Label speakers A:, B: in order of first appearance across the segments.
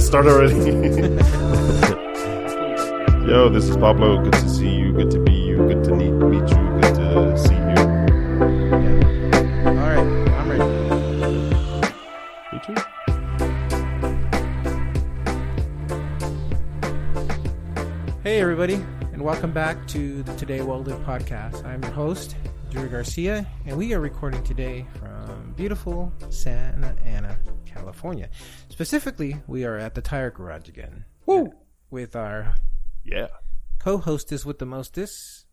A: start already. Yo, this is Pablo. Good to see you. Good to be you. Good to meet, meet you. Good to see you.
B: All right, I'm ready.
A: Meet you?
B: Hey, everybody, and welcome back to the Today Welded podcast. I'm your host, Drew Garcia, and we are recording today from beautiful Santa Ana, California. Specifically, we are at the tire garage again. Woo! With our
A: Yeah.
B: co-hostess with the mostest.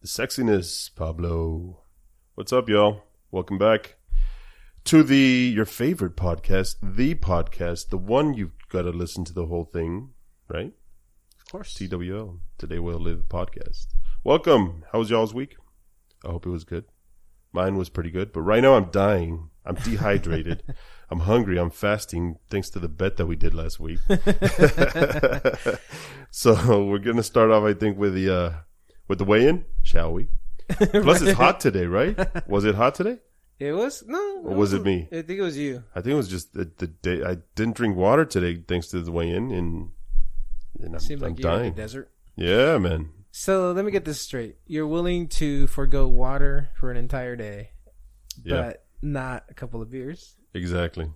A: The sexiness, Pablo. What's up, y'all? Welcome back to the your favorite podcast, the podcast, the one you've got to listen to the whole thing, right?
B: Of course.
A: TWL, Today We'll Live podcast. Welcome. How was y'all's week? I hope it was good. Mine was pretty good, but right now I'm dying. I'm dehydrated. I'm hungry. I'm fasting thanks to the bet that we did last week. so we're gonna start off, I think, with the uh, with the weigh-in, shall we? Plus, it's hot today, right? Was it hot today?
B: It was no.
A: Or was it me?
B: I think it was you.
A: I think it was just the, the day I didn't drink water today thanks to the weigh-in, and and I'm,
B: Seemed
A: I'm
B: like you were in the
A: dying.
B: desert.
A: Yeah, man.
B: So let me get this straight. You're willing to forego water for an entire day,
A: Yeah,
B: but not a couple of beers.
A: exactly.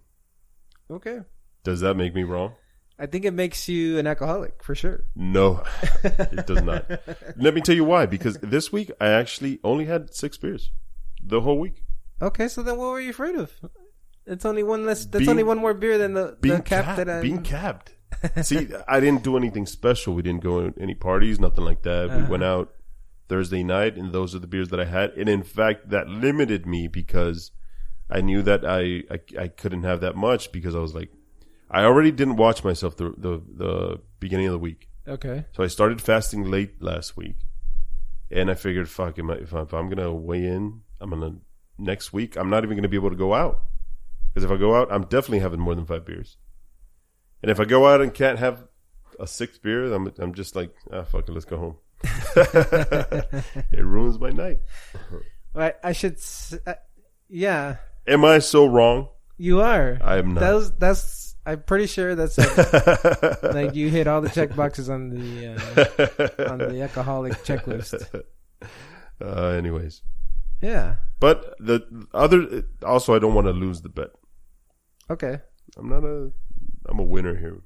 B: Okay.
A: Does that make me wrong?
B: I think it makes you an alcoholic for sure.
A: No, it does not. Let me tell you why. Because this week I actually only had six beers the whole week.
B: Okay, so then what were you afraid of? It's only one less. That's
A: Being-
B: only one more beer than the, the
A: Being
B: cap
A: capped.
B: that I.
A: being capped. See, I didn't do anything special. We didn't go to any parties, nothing like that. We went out Thursday night, and those are the beers that I had. And in fact, that limited me because I knew that I I, I couldn't have that much because I was like, I already didn't watch myself the the, the beginning of the week.
B: okay.
A: So I started fasting late last week, and I figured, fuck, am I, if, I, if I'm gonna weigh in, I'm gonna next week. I'm not even gonna be able to go out because if I go out, I'm definitely having more than five beers. And if I go out and can't have a sixth beer, I'm I'm just like, ah, fuck it, let's go home. it ruins my night.
B: I, I should. s- Uh, yeah,
A: Am I so wrong?
B: you are.
A: I am not.
B: That was that's. I'm pretty sure that's like, like you hit all the check boxes on the uh, on the alcoholic checklist.
A: uh, anyways,
B: Yeah.
A: but the other also, I don't want to lose the bet.
B: Okay.
A: I'm not a. I'm a winner here.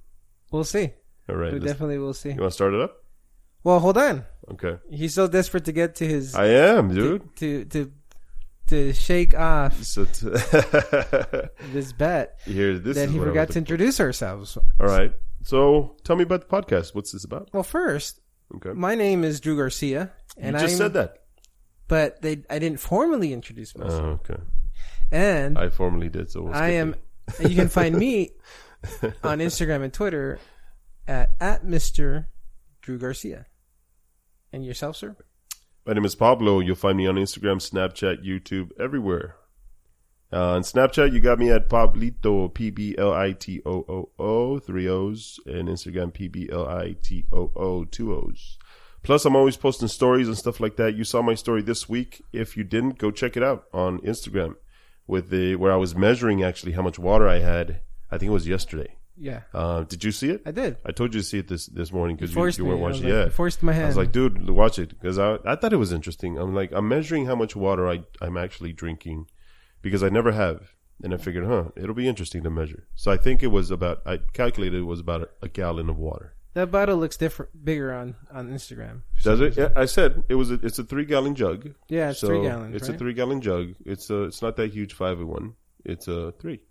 B: We'll see.
A: All right.
B: We
A: let's-
B: definitely will see.
A: You want to start it up?
B: Well, hold on.
A: Okay.
B: He's so desperate to get to his
A: I am,
B: to,
A: dude.
B: to to to shake off
A: So t-
B: this bet
A: here, this
B: that
A: is
B: he
A: what I
B: forgot
A: want
B: to introduce ourselves.
A: All right. So tell me about the podcast. What's this about?
B: Well, first,
A: Okay.
B: my name is Drew Garcia, and
A: you just
B: I'm,
A: said that.
B: but they I didn't formally introduce myself,
A: Oh, okay.
B: and
A: I formally did. So we'll
B: I
A: skip
B: am.
A: it.
B: and you can find me on Instagram and Twitter at at Mr. Drew Garcia, and yourself, sir.
A: My name is Pablo. You'll find me on Instagram, Snapchat, YouTube, everywhere. Uh, on Snapchat, you got me at Pablito, P B L I T O O O, three O's, and Instagram, P B L I T O O, two O's. Plus, I'm always posting stories and stuff like that. You saw my story this week. If you didn't, go check it out on Instagram with the where I was measuring actually how much water I had. I think it was yesterday.
B: Yeah,
A: Uh, did you see it?
B: I did.
A: I told you to see it this this morning because you,
B: Forced
A: you
B: me.
A: weren't
B: I was
A: watching.
B: like-
A: yeah,
B: you forced my hand.
A: I was like, dude, watch it because I, I thought it was interesting. I'm like, I'm measuring how much water I, I'm actually drinking because I never have. And I figured, huh, it'll be interesting to measure. So I think it was about, I calculated it was about a, a gallon of water.
B: that bottle looks different, bigger on on Instagram.
A: Does it? Yeah, I said it was. A, it's a three gallon jug.
B: Yeah, it's
A: So
B: three gallons.
A: It's
B: right?
A: a three gallon jug. It's a. It's not that huge five in one. It's a three.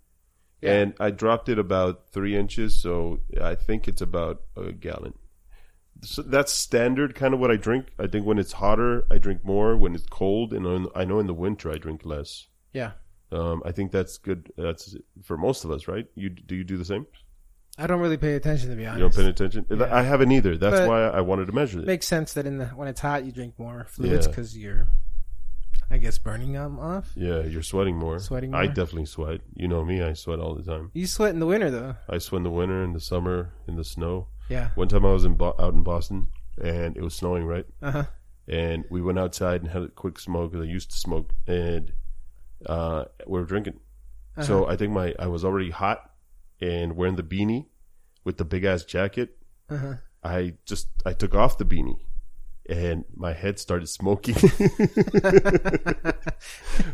B: Yeah.
A: And I dropped it about three inches, so I think it's about a gallon. So that's standard, kind of what I drink. I think when it's hotter, I drink more. When it's cold, and on- I know in the winter, I drink less.
B: Yeah,
A: Um, I think that's good. That's for most of us, right? You do you do the same?
B: I don't really pay attention to be honest.
A: You don't pay attention. I haven't either. That's
B: But-
A: why I wanted to measure it.
B: makes sense that in the when it's hot you drink more fluids
A: Yeah.
B: because you're, I guess, burning them off.
A: Yeah, you're sweating more.
B: Sweating
A: I
B: more?
A: definitely sweat. You know me, I sweat all the time.
B: You sweat in the winter though.
A: I sweat in the winter, in the summer, in the snow.
B: Yeah.
A: One time I was in Bo- out in Boston and it was snowing, right?
B: Uh huh.
A: And we went outside and had a quick smoke because I used to smoke and uh,
B: Uh-huh.
A: we were drinking. So I think my I was already hot and wearing the beanie with the big ass jacket,
B: Uh-huh.
A: I just I took off the beanie, and my head started smoking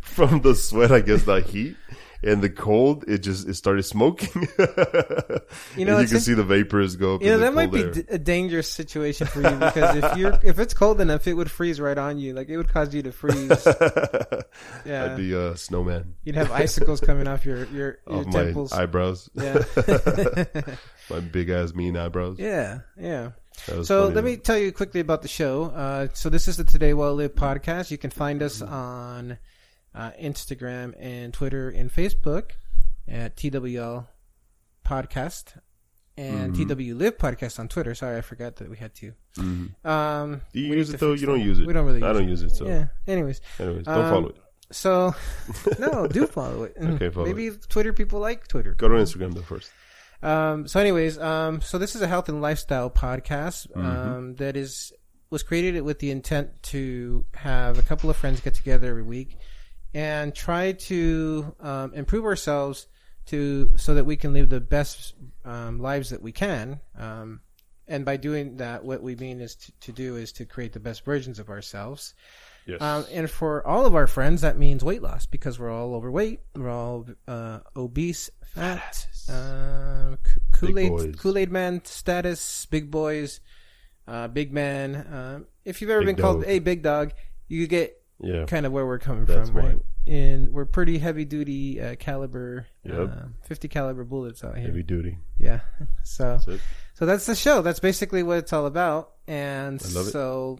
A: from the sweat. I guess the heat and the cold. It just it started smoking.
B: You
A: you
B: know,
A: know, you
B: it's
A: can
B: in-
A: see the vapors go. Up
B: Yeah,
A: in the
B: that might be
A: cold air.
B: d- a dangerous situation for you because if you're if it's cold enough, it would freeze right on you. Like it would cause you to freeze. Yeah,
A: I'd be a snowman
B: you'd have icicles coming off your your, your
A: of my
B: temples.
A: eyebrows.
B: Yeah.
A: my big ass mean eyebrows.
B: yeah, yeah.
A: That was
B: So
A: funny.
B: let me tell you quickly about the show. Uh, so this is the Today Well Live podcast. You can find us
A: Mm-hmm.
B: on uh, Instagram and Twitter and Facebook at TWL Podcast and
A: Mm-hmm.
B: TW Live Podcast on Twitter. Sorry, I forgot that we had two.
A: Mhm.
B: Um,
A: Do you
B: we
A: use
B: need
A: it
B: to
A: though?
B: fix
A: You
B: that.
A: don't use it.
B: We don't really.
A: I
B: use
A: don't use it. So,
B: it. Yeah. Anyways,
A: anyways, don't
B: Um,
A: follow it.
B: so no, do follow it.
A: Okay, follow
B: Maybe Twitter people like Twitter.
A: Go to Instagram though first.
B: Um, so, anyways, um, so this is a health and lifestyle podcast um, that is was created with the intent to have a couple of friends get together every week and try to um, improve ourselves to so that we can live the best um, lives that we can. Um, and by doing that, what we mean is to, to do is to create the best versions of ourselves.
A: Yes.
B: Um, and for all of our friends, that means weight loss because we're all overweight, we're all uh, obese, fat, uh, Kool Aid
A: boys.
B: Kool Aid man status, big boys, uh, big man. Um if you've ever
A: Big
B: been called
A: dog.
B: a big dog, you get
A: yeah.
B: kind of where we're coming
A: That's
B: from,
A: why.
B: right? And we're pretty heavy duty uh, caliber,
A: Yep.
B: uh, fifty caliber bullets out here.
A: Heavy duty.
B: Yeah, so
A: That's it.
B: so that's the show. That's basically what it's all about. And
A: I love it.
B: so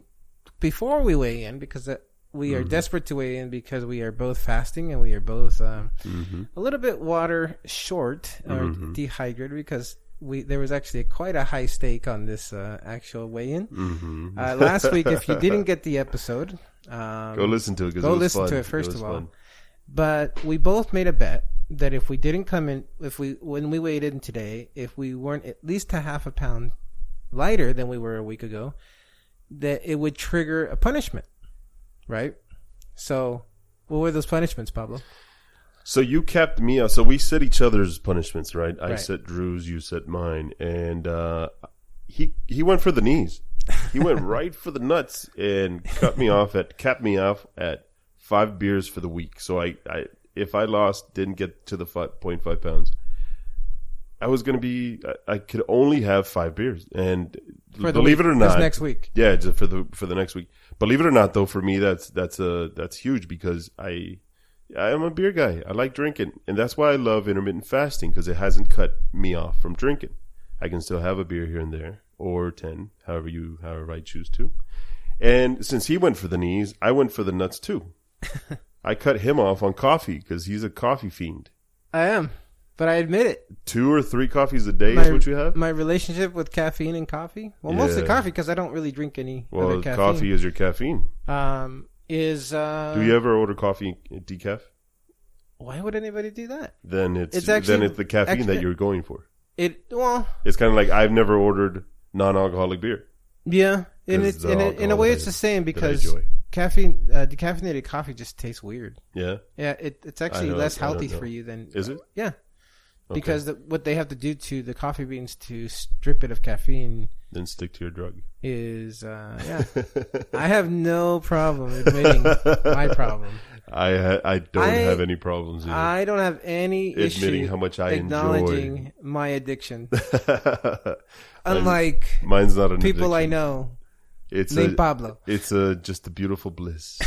B: before we weigh in, because uh, we
A: Mm-hmm.
B: are desperate to weigh in because we are both fasting and we are both um,
A: Mhm.
B: a little bit water short or
A: Mm-hmm.
B: dehydrated because we there was actually quite a high stake on this uh, actual weigh in.
A: Mhm.
B: Uh, last week, if you didn't get the episode, um,
A: Go listen to it. 'cause
B: go
A: it was
B: listen
A: fun.
B: to it first
A: was
B: of all.
A: fun.
B: but we both made a bet that if we didn't come in, if we when we weighed in today, if we weren't at least a half a pound lighter than we were a week ago, that it would trigger a punishment, right? So, what were those punishments, Pablo?
A: So you kept me out. So we set each other's punishments, right? I
B: Right.
A: set Drew's, you set mine, and uh, he he went for the knees. He went right for the nuts and cut me off at capped me off at five beers for the week. So I, I if I lost, didn't get to the five point five pounds. I was gonna be. I, I could only have five beers, and
B: For the
A: believe
B: week-
A: it or
B: this
A: not,
B: next week.
A: yeah, just for the for the next week. Believe it or not, though, for me that's that's a that's huge because I I am a beer guy. I like drinking, and that's why I love intermittent fasting because it hasn't cut me off from drinking. I can still have a beer here and there or ten, however you however I choose to. And since he went for the knees, I went for the nuts too. I cut him off on coffee because he's a coffee fiend.
B: I am, but I admit it.
A: Two or three coffees a day
B: My,
A: is what you have.
B: my relationship with caffeine and coffee, well, mostly
A: Yeah.
B: coffee because I don't really drink any
A: Well,
B: other caffeine.
A: coffee is your caffeine.
B: um, is uh,
A: Do you ever order coffee decaf?
B: why would anybody do that?
A: then it's,
B: It's actually-
A: then it's the caffeine
B: actually-
A: that you're going for.
B: It well,
A: It's kind of like I've never ordered non-alcoholic beer.
B: Yeah, and
A: 'Cause
B: it's
A: the
B: in a, in a
A: alcohol
B: way
A: that
B: it's
A: I-
B: the same
A: that I
B: because
A: enjoy.
B: caffeine uh, decaffeinated coffee just tastes weird.
A: Yeah,
B: Yeah, it, it's actually
A: know,
B: less
A: I don't
B: healthy
A: know.
B: for you than
A: is it?
B: yeah,
A: Okay.
B: because the, what they have to do to the coffee beans to strip it of caffeine
A: Then stick to your drug.
B: is uh, yeah. I have no problem admitting my problem.
A: I ha- I don't
B: I-
A: have any problems. Either.
B: I don't have any
A: Admitting
B: issue
A: how much I
B: acknowledging my addiction,
A: I'm-
B: unlike
A: mine's not an
B: people I
A: addiction.
B: know
A: It's
B: named
A: a,
B: Pablo.
A: it's a just a beautiful bliss.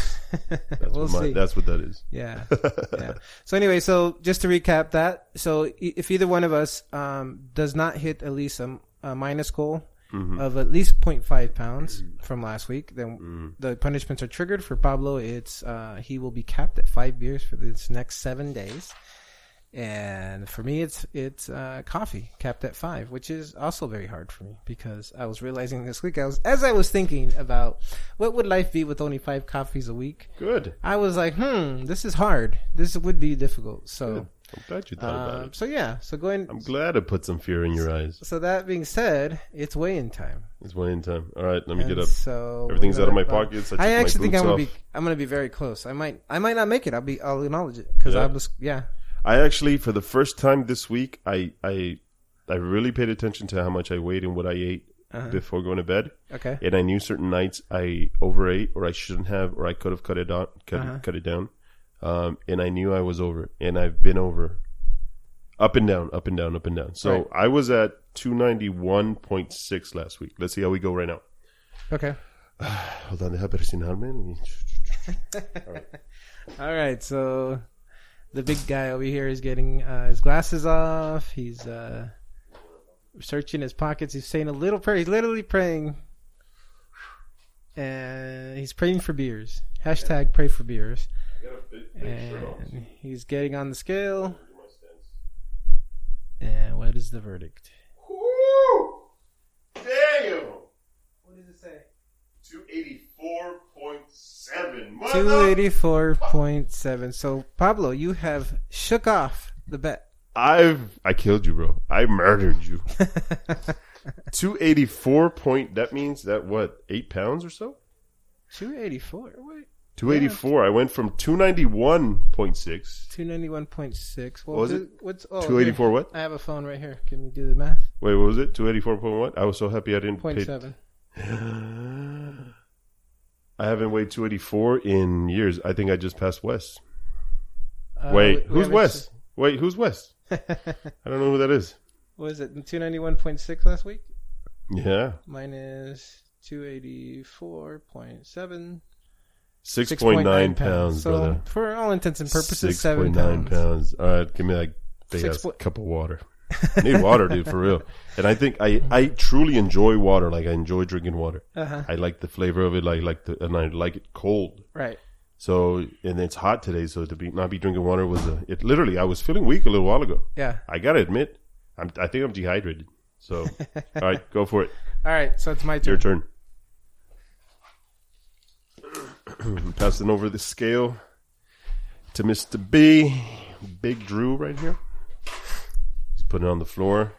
A: That's,
B: we'll
A: what, my-
B: see.
A: that's what that is.
B: Yeah. yeah. So anyway, so just to recap that, so i- if either one of us um, does not hit at least a, a minus goal of at least 0.5 pounds from last week, then the punishments are triggered. For Pablo, it's uh, he will be capped at five beers for this next seven days. And for me, it's it's uh, coffee capped at five, which is also very hard for me because I was realizing this week I was as I was thinking about what would life be with only five coffees a week.
A: Good.
B: I was like, hmm, this is hard. This would be difficult. So,
A: I'm glad you thought about
B: um,
A: it.
B: so yeah. So going.
A: I'm glad I put some fear in your eyes.
B: So that being said, it's weigh-in time.
A: It's one in time. All right, let me
B: And
A: get up.
B: So we're
A: Everything's out of
B: gonna-
A: my pockets. I, took
B: I
A: my
B: actually think
A: boots
B: I'm gonna
A: off.
B: be. I'm gonna be very close. I might. I might not make it. I'll be. I'll acknowledge it because
A: Yeah.
B: I was. Yeah.
A: I actually, for the first time this week, I I I really paid attention to how much I weighed and what I ate
B: Uh-huh.
A: before going to bed,
B: Okay.
A: and I knew certain nights I overate or I shouldn't have or I could have cut it down, cut,
B: Uh-huh.
A: cut it down, um, and I knew I was over, it, and I've been over, up and down, up and down, up and down. So
B: Right.
A: I was at two ninety one point six last week. Let's see how we go right now.
B: Okay.
A: Hold on, deja presionarme.
B: All right. So the big guy over here is getting uh, his glasses off. He's uh, searching his pockets. He's saying a little prayer. He's literally praying. And he's praying for beers. Hashtag pray for beers. And he's getting on the scale. And what is the verdict?
A: Woo! Damn!
B: What does it say?
A: 284.7.
B: Two
A: Mother-
B: eighty four point seven. So Pablo, you have shook off the bet.
A: I've I killed you, bro. I murdered you. 284 point. That means that what? 8 pounds or so?
B: Two eighty four. Wait.
A: 284. I went from 291.6.
B: Two ninety one point six. Well,
A: What was
B: th- What's oh,
A: 284 what?
B: here. I have a phone right here. Can you do the math?
A: Wait, what was it? 284.1? I was so happy I didn't
B: Point
A: pay-
B: seven.
A: I haven't weighed 284 in years. I think I just passed Wes.
B: Uh, we-
A: Wait,
B: we
A: who's
B: haven't
A: Wes? Wait, who's Wes?
B: s-
A: I don't know who that is.
B: what is it? Two ninety one point six last week
A: Yeah.
B: minus two eighty four point seven.
A: 6.9 pounds,
B: So
A: brother.
B: for all intents and purposes,
A: Six
B: seven
A: point nine
B: pounds.
A: pounds. All right, give me that big
B: Six
A: ass
B: point-
A: cup of water. I need water, dude, for real. And I think I, I truly enjoy water. Like I enjoy drinking water.
B: Uh-huh.
A: I like the flavor of it. Like like the, and I like it cold.
B: Right.
A: So and it's hot today. So to be not be drinking water was a. It literally I was feeling weak a little while ago.
B: Yeah.
A: I gotta admit, I'm I think I'm dehydrated. So all right, go for it.
B: All right. So it's my turn.
A: Your turn. Passing over the scale to Mr. B. Big Drew right here. He's putting it on the floor.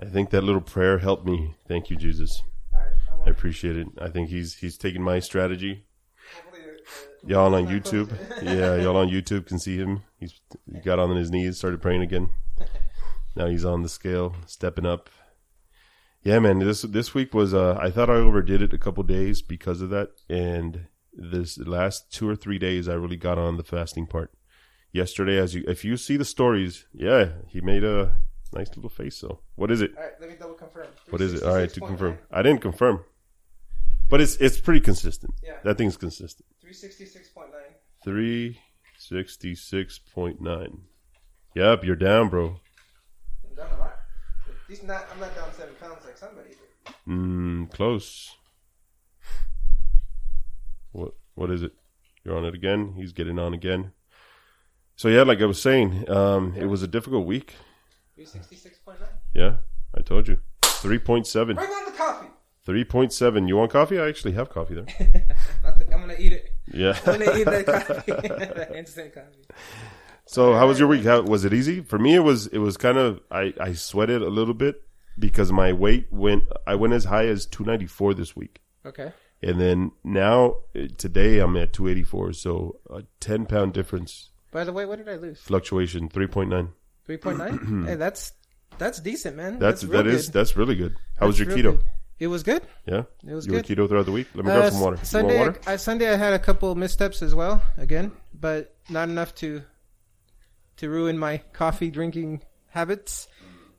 A: I think that little prayer helped me. Thank you, Jesus.
B: All right. I'm
A: I appreciate it. I think he's he's taking my strategy.
B: uh,
A: Y'all on YouTube. Yeah, y'all on YouTube can see him. He's he got on his knees, started praying again. Now he's on the scale, stepping up. Yeah, man, this this week was uh I thought I overdid it a couple days because of that and this last two or three days I really got on the fasting part. Yesterday as you if you see the stories, yeah, he made a nice little face so. What is it?
B: All right, let me double confirm.
A: What is it? All right, to confirm. I didn't confirm, but it's it's pretty consistent.
B: Yeah.
A: That thing's consistent.
B: 366.9.
A: Three sixty six point nine. Yep, you're down, bro.
B: I'm down a lot. At least not, I'm not down seven pounds like somebody. did.
A: Mm, close. What what is it? You're on it again. He's getting on again. So yeah, like I was saying, um, it was a difficult week.
B: 366.9.
A: Yeah, I told you. Three point seven.
B: Bring on the coffee.
A: Three point seven. You want coffee? I actually have coffee there.
B: Not the- I'm going to eat it.
A: Yeah.
B: I'm going to eat that coffee. that instant coffee.
A: So how was your week? How, was it easy? For me, it was. It was kind of. I I sweated a little bit because my weight went. I went as high as two ninety four this week,
B: Okay.
A: and then now eh, today I'm at two eighty four. So a ten pound difference
B: By the way, what did I lose?
A: fluctuation three point nine.
B: 3.9? hey, that's that's decent, man.
A: That's,
B: real
A: that is
B: good.
A: that's really good. How was your
B: That's
A: keto?
B: real good. It was good.
A: Yeah,
B: It was
A: you
B: good.
A: were keto throughout the week. Let me
B: Uh,
A: grab some water.
B: S-
A: You want
B: Sunday,
A: water?
B: I, Sunday, I had a couple missteps as well. Again, but not enough to to ruin my coffee drinking habits,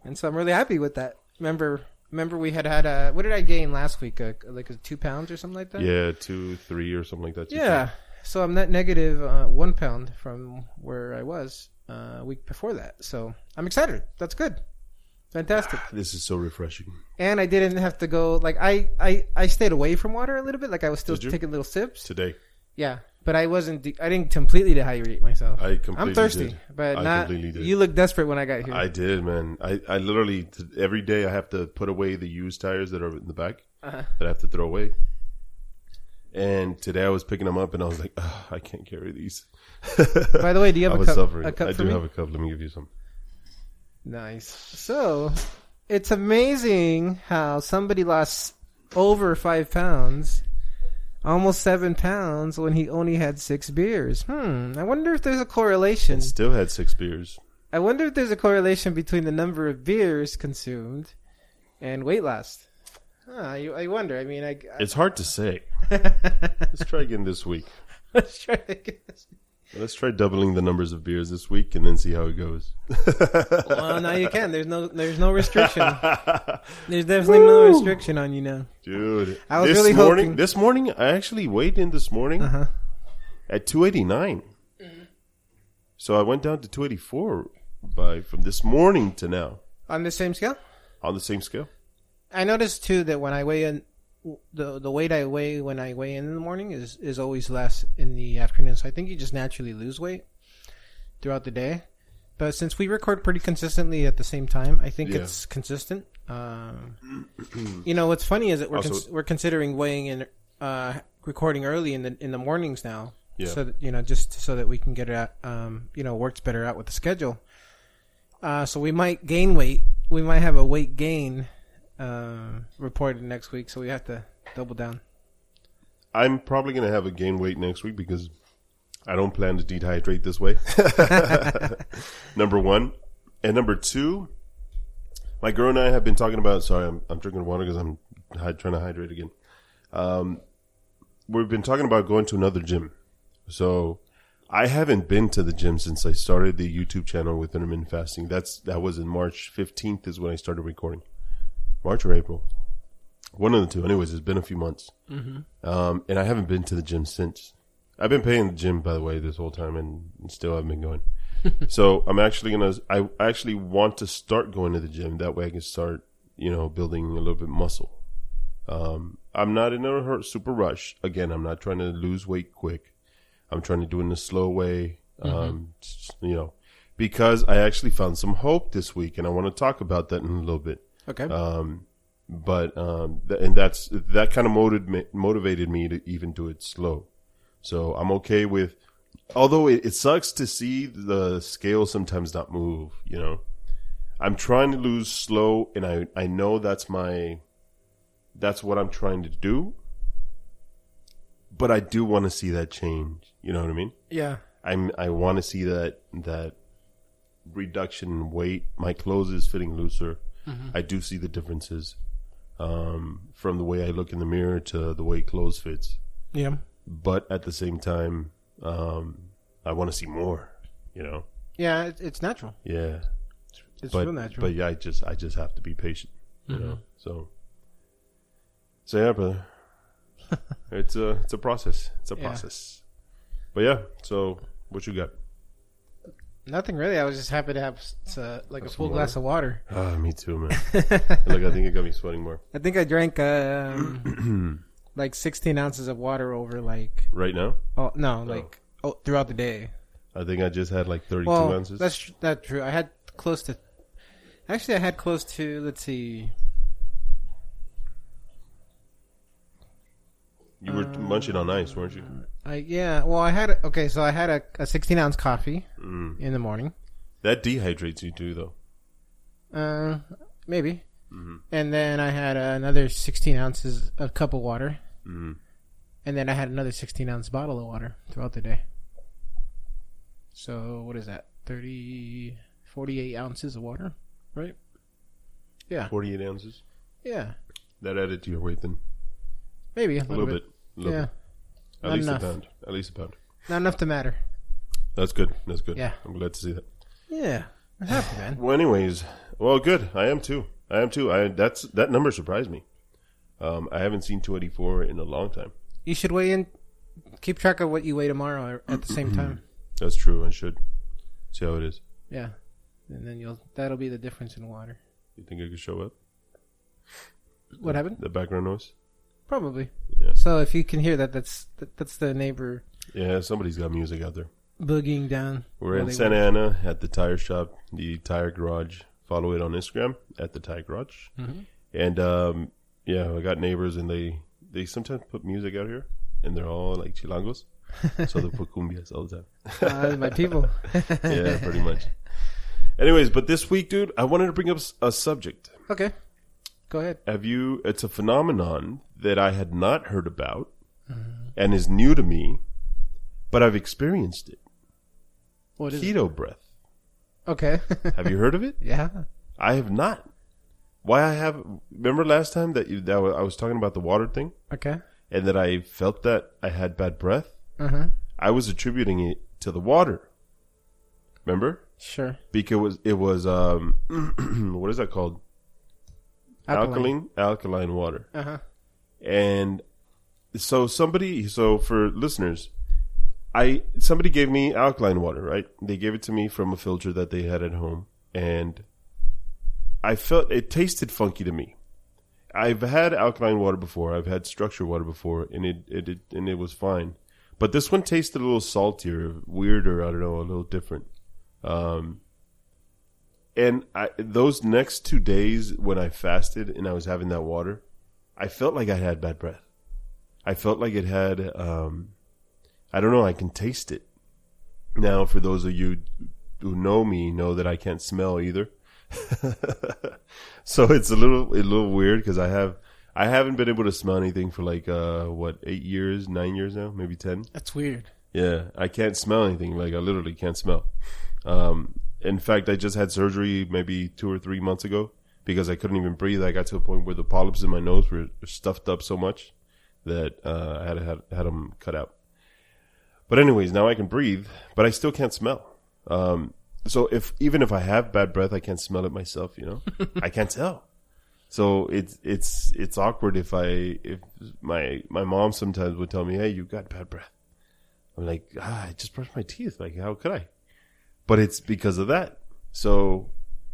B: and so I'm really happy with that. Remember, remember, we had had a what did I gain last week? A, like a two pounds or something like that.
A: Yeah, two, three, or something like that.
B: uh, Yeah. So I'm net negative uh, one pound from where I was uh, a week before that. So I'm excited. That's good. Fantastic.
A: This is so refreshing.
B: And I didn't have to go like I I I stayed away from water a little bit. Like I was still
A: Did you?
B: taking little sips.
A: Today,
B: Yeah, but I wasn't. De- I didn't completely dehydrate myself.
A: I completely
B: I'm thirsty,
A: did.
B: but
A: I
B: not.
A: completely did.
B: You look desperate when I got here.
A: I did, man. I, I literally t- every day I have to put away the used tires that are in the back
B: Uh-huh.
A: that I have to throw away. And today I was picking them up, and I was like, "Ugh, I can't carry these.
B: By the way, do you
A: I
B: have a
A: was
B: cup?
A: suffering.
B: A cup
A: I
B: for
A: do
B: me?
A: have a cup. Let me give you some.
B: nice. So, it's amazing how somebody lost over five pounds, almost seven pounds, when he only had six beers. Hmm. I wonder if there's a correlation.
A: Still had six beers.
B: I wonder if there's a correlation between the number of beers consumed and weight loss. Huh, I, I wonder. I mean, I, I
A: It's hard to say. Let's try again this week.
B: let's try to guess.
A: Let's try doubling the numbers of beers this week and then see how it goes.
B: Well, now you can. There's no, there's no restriction. There's definitely no restriction on you now.
A: Dude,
B: I was
A: this
B: really
A: morning,
B: hoping-
A: this morning, I actually weighed in this morning
B: Uh huh.
A: at 289. So I went down to 284 by from this morning to now
B: On the same scale.
A: on the same scale.
B: I noticed too that when I weigh in, the the weight I weigh when I weigh in in the morning is is always less in the afternoon. So I think you just naturally lose weight throughout the day. But since we record pretty consistently at the same time, I think
A: Yeah.
B: it's consistent. Um, you know, what's funny is that we're cons-
A: Also-
B: we're considering weighing in, uh, recording early in the in the mornings now.
A: Yeah.
B: So that, you know, just so that we can get it, out, um, you know, works better out with the schedule. Uh, so we might gain weight. We might have a weight gain um, reported next week, so we have to double down.
A: I'm probably going to have a gain weight next week because I don't plan to dehydrate this way. number one. And number two, my girl and I have been talking about. Sorry, I'm, I'm drinking water because I'm hy- trying to hydrate again. Um, we've been talking about going to another gym. So I haven't been to the gym since I started the YouTube channel with intermittent fasting. That's That was in March 15th, is when I started recording. March or April. One of the two. Anyways, it's been a few months. Um, and I haven't been to the gym since. I've been paying the gym, by the way, this whole time, and still haven't been going. so I'm actually gonna. I actually want to start going to the gym. That way, I can start, you know, building a little bit muscle. Um, I'm not in a hur- super rush. Again, I'm not trying to lose weight quick. I'm trying to do it in a slow way. Um, s- you know, because I actually found some hope this week, and I want to talk about that in a little bit
B: Okay.
A: um, but um, th- and that's that kind of motivated me, motivated me to even do it slow. So I'm okay with, although it, it sucks to see the scale sometimes not move. You know, I'm trying to lose slow, and I I know that's my, that's what I'm trying to do. But I do want to see that change. You know what I mean?
B: yeah.
A: I'm I want to see that that reduction in weight. My clothes is fitting looser.
B: Mm-hmm.
A: I do see the differences um, from the way I look in the mirror to the way clothes fits.
B: Yeah.
A: But at the same time, um, I want to see more. You know,
B: Yeah. It, it's natural.
A: yeah.
B: It's
A: But
B: real natural. Mm-hmm.
A: but yeah, I just I just have to be patient. You know, so so yeah, brother. it's a it's a process. It's a
B: Yeah.
A: process. But yeah, so what you got?
B: Nothing really. I was just happy to have s- s- uh, like a
A: Some
B: full
A: water.
B: glass of water.
A: Ah, me too, man.
B: I
A: Look, I think it got me sweating more.
B: think I drank um, like 16 ounces of water over like
A: Right now,
B: oh no like oh throughout the day.
A: I think I just had like 32
B: Well,
A: ounces.
B: that's tr- that's true. I had close to actually I had close to let's see
A: you were munching on ice, weren't you?
B: I yeah well I had okay so I had a, a 16 ounce coffee
A: Mm.
B: in the morning.
A: That dehydrates you too, though.
B: Uh, maybe.
A: Mm-hmm.
B: And then I had another 16 ounces of cup of water.
A: Mm.
B: And then I had another 16 ounce bottle of water throughout the day. So, what is that? 30, 48 ounces of water, right? Yeah.
A: 48 ounces.
B: Yeah.
A: That added to your weight then.
B: Maybe a
A: A
B: little,
A: little,
B: bit.
A: bit. A little
B: yeah.
A: bit. At
B: Not
A: least
B: enough.
A: a pound. At least a pound.
B: Not enough to matter.
A: That's good. That's good.
B: Yeah.
A: I'm glad to see that.
B: Yeah. I'm happy, man.
A: Well, anyways, well, good. I am too. I am too. I that's that number surprised me. Um, I haven't seen 284 in a long time.
B: You should weigh in. Keep track of what you weigh tomorrow at the same time.
A: That's true. I should see how it is.
B: Yeah. And then you'll, that'll be the difference in water.
A: You think I could show up?
B: What happened?
A: The background noise.
B: Probably.
A: Yeah.
B: So if you can hear that, that's that, that's the neighbor
A: Yeah, somebody's got music out there.
B: boogieing down.
A: We're
B: where
A: in
B: they
A: Santa
B: were.
A: Ana at the tire shop, the tire garage. Follow it on Instagram at the tire garage.
B: Mhm.
A: And um, yeah, I got neighbors and they they sometimes put music out here and they're all like chilangos. so they put cumbias all the time.
B: Uh, my people.
A: yeah, pretty much. Anyways, but this week, dude, I wanted to bring up s- a subject.
B: Okay. Go ahead.
A: Have you? It's a phenomenon that I had not heard about
B: Mm-hmm.
A: and is new to me, but I've experienced it.
B: What is it?
A: Keto breath.
B: Okay.
A: Have you heard of it?
B: yeah.
A: I have not. Why I have? Remember last time that you that I was talking about the water thing
B: Okay.
A: and that I felt that I had bad breath.
B: Uh huh.
A: I was attributing it to the water. Remember?
B: Sure.
A: Because it was it was um what is that called? Alkaline alkaline water.
B: Uh huh.
A: And so somebody, so for listeners, I somebody gave me alkaline water, right? They gave it to me from a filter that they had at home, and I felt it tasted funky to me. I've had alkaline water before. I've had structured water before, and it, it, it and it was fine. But this one tasted a little saltier, weirder. I don't know, a little different. Um, and I, those next two days when I fasted and I was having that water, I felt like I had bad breath. I felt like it had, um, I don't know, I can taste it. Now, for those of you who know me, know that I can't smell either. so it's a little, a little weird because I have, I haven't been able to smell anything for like, uh, what, eight years, nine years now, maybe 10.
B: That's weird.
A: Yeah, I can't smell anything. Like I literally can't smell. Um, in fact, I just had surgery maybe two or three months ago because I couldn't even breathe. I got to a point where the polyps in my nose were stuffed up so much that uh, I had had had them cut out. But anyways, now I can breathe, but I still can't smell. Um, so if even if I have bad breath, I can't smell it myself. You know, I can't tell. So it's it's it's awkward if I if my my mom sometimes would tell me, "Hey, you got bad breath." I'm like, ah, I just brushed my teeth. Like, how could I? But it's because of that. So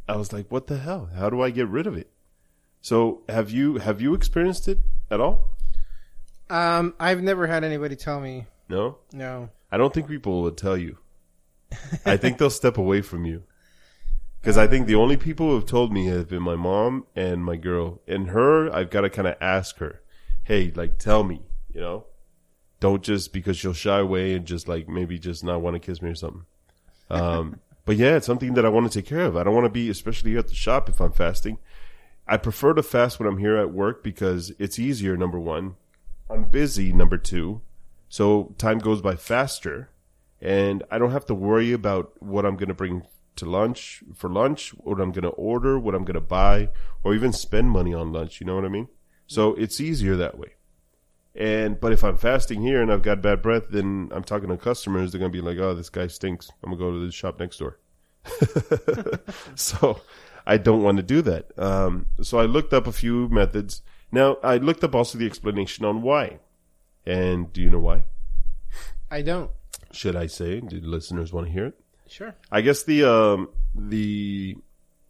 A: I was like, what the hell? How do I get rid of it? So have you have you experienced it at all?
B: Um, I've never had anybody tell me
A: No,
B: no.
A: I don't think people will tell you. I think they'll step away from you because I think the only people who have told me have been my mom and my girl. And her, I've got to kind of ask her, hey, like, tell me, you know. Don't just because she'll shy away and just like maybe just not want to kiss me or something. Um, but yeah, it's something that I want to take care of. I don't want to be, especially here at the shop, if I'm fasting. I prefer to fast when I'm here at work because it's easier. Number one, I'm busy. Number two, so time goes by faster, and I don't have to worry about what I'm going to bring to lunch for lunch, what I'm going to order, what I'm going to buy, or even spend money on lunch. You know what I mean? So it's easier that way. And but if I'm fasting here and I've got bad breath, then I'm talking to customers. They're gonna be like, "Oh, this guy stinks. I'm gonna go to the shop next door." so I don't want to do that. Um, so I looked up a few methods. Now I looked up also the explanation on why. And do you know why?
B: I don't.
A: Should I say? Do listeners want to hear it?
B: Sure.
A: I guess the um, the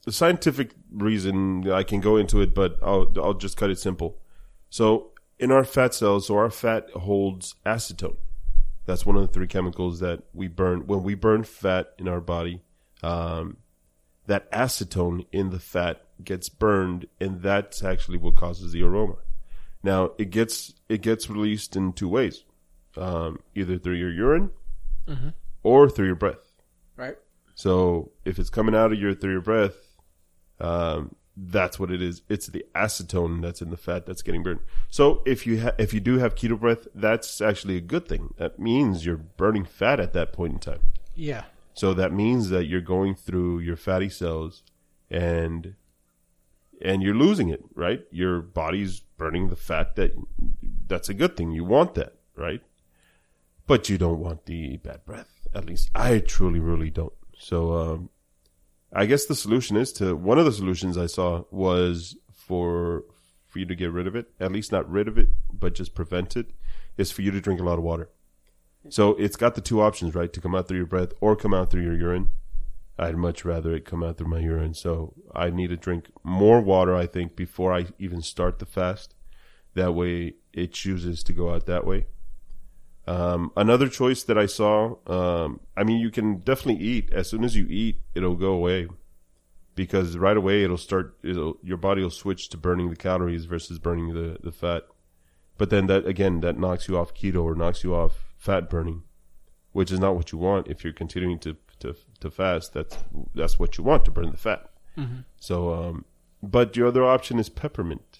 A: the scientific reason I can go into it, but I'll I'll just cut it simple. So in our fat cells, so our fat holds acetone. That's one of the three chemicals that we burn when we burn fat in our body. Um, that acetone in the fat gets burned, and that's actually what causes the aroma. Now it gets it gets released in two ways, um, either through your urine or through your breath.
B: Right.
A: So if it's coming out of your through your breath, um, that's what it is. It's the acetone that's in the fat that's getting burned. So if you ha- if you do have keto breath, that's actually a good thing. That means you're burning fat at that point in time.
B: Yeah.
A: So that means that you're going through your fatty cells and and you're losing it, right? Your body's burning the fat that that's a good thing. You want that, right? But you don't want the bad breath. At least I truly really don't. So um I guess the solution is to one of the solutions I saw was for for you to get rid of it, at least not rid of it, but just prevent it, is for you to drink a lot of water. So it's got the two options, right? To come out through your breath or come out through your urine. I'd much rather it come out through my urine. So I need to drink more water, I think, before I even start the fast. That way it chooses to go out that way. Um, another choice that I saw, um, I mean, you can definitely eat. As soon as you eat, it'll go away because right away it'll start, it'll, your body will switch to burning the calories versus burning the, the fat. But then that again, that knocks you off keto or knocks you off fat burning, which is not what you want. If you're continuing to to, to fast, that's that's what you want to burn the fat. So, um, but your other option is peppermint.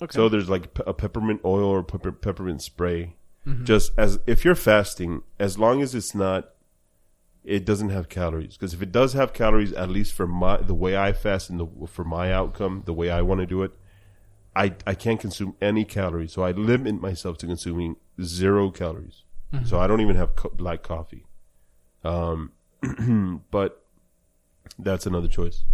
B: Okay.
A: So there's like pe- a peppermint oil or pepper, peppermint spray. Just as if you're fasting, as long as it's not it doesn't have calories because if it does have calories at least for my the way i fast and the, for my outcome the way i want to do it i i can't consume any calories so i limit myself to consuming zero calories so i don't even have co- black coffee um but that's another choice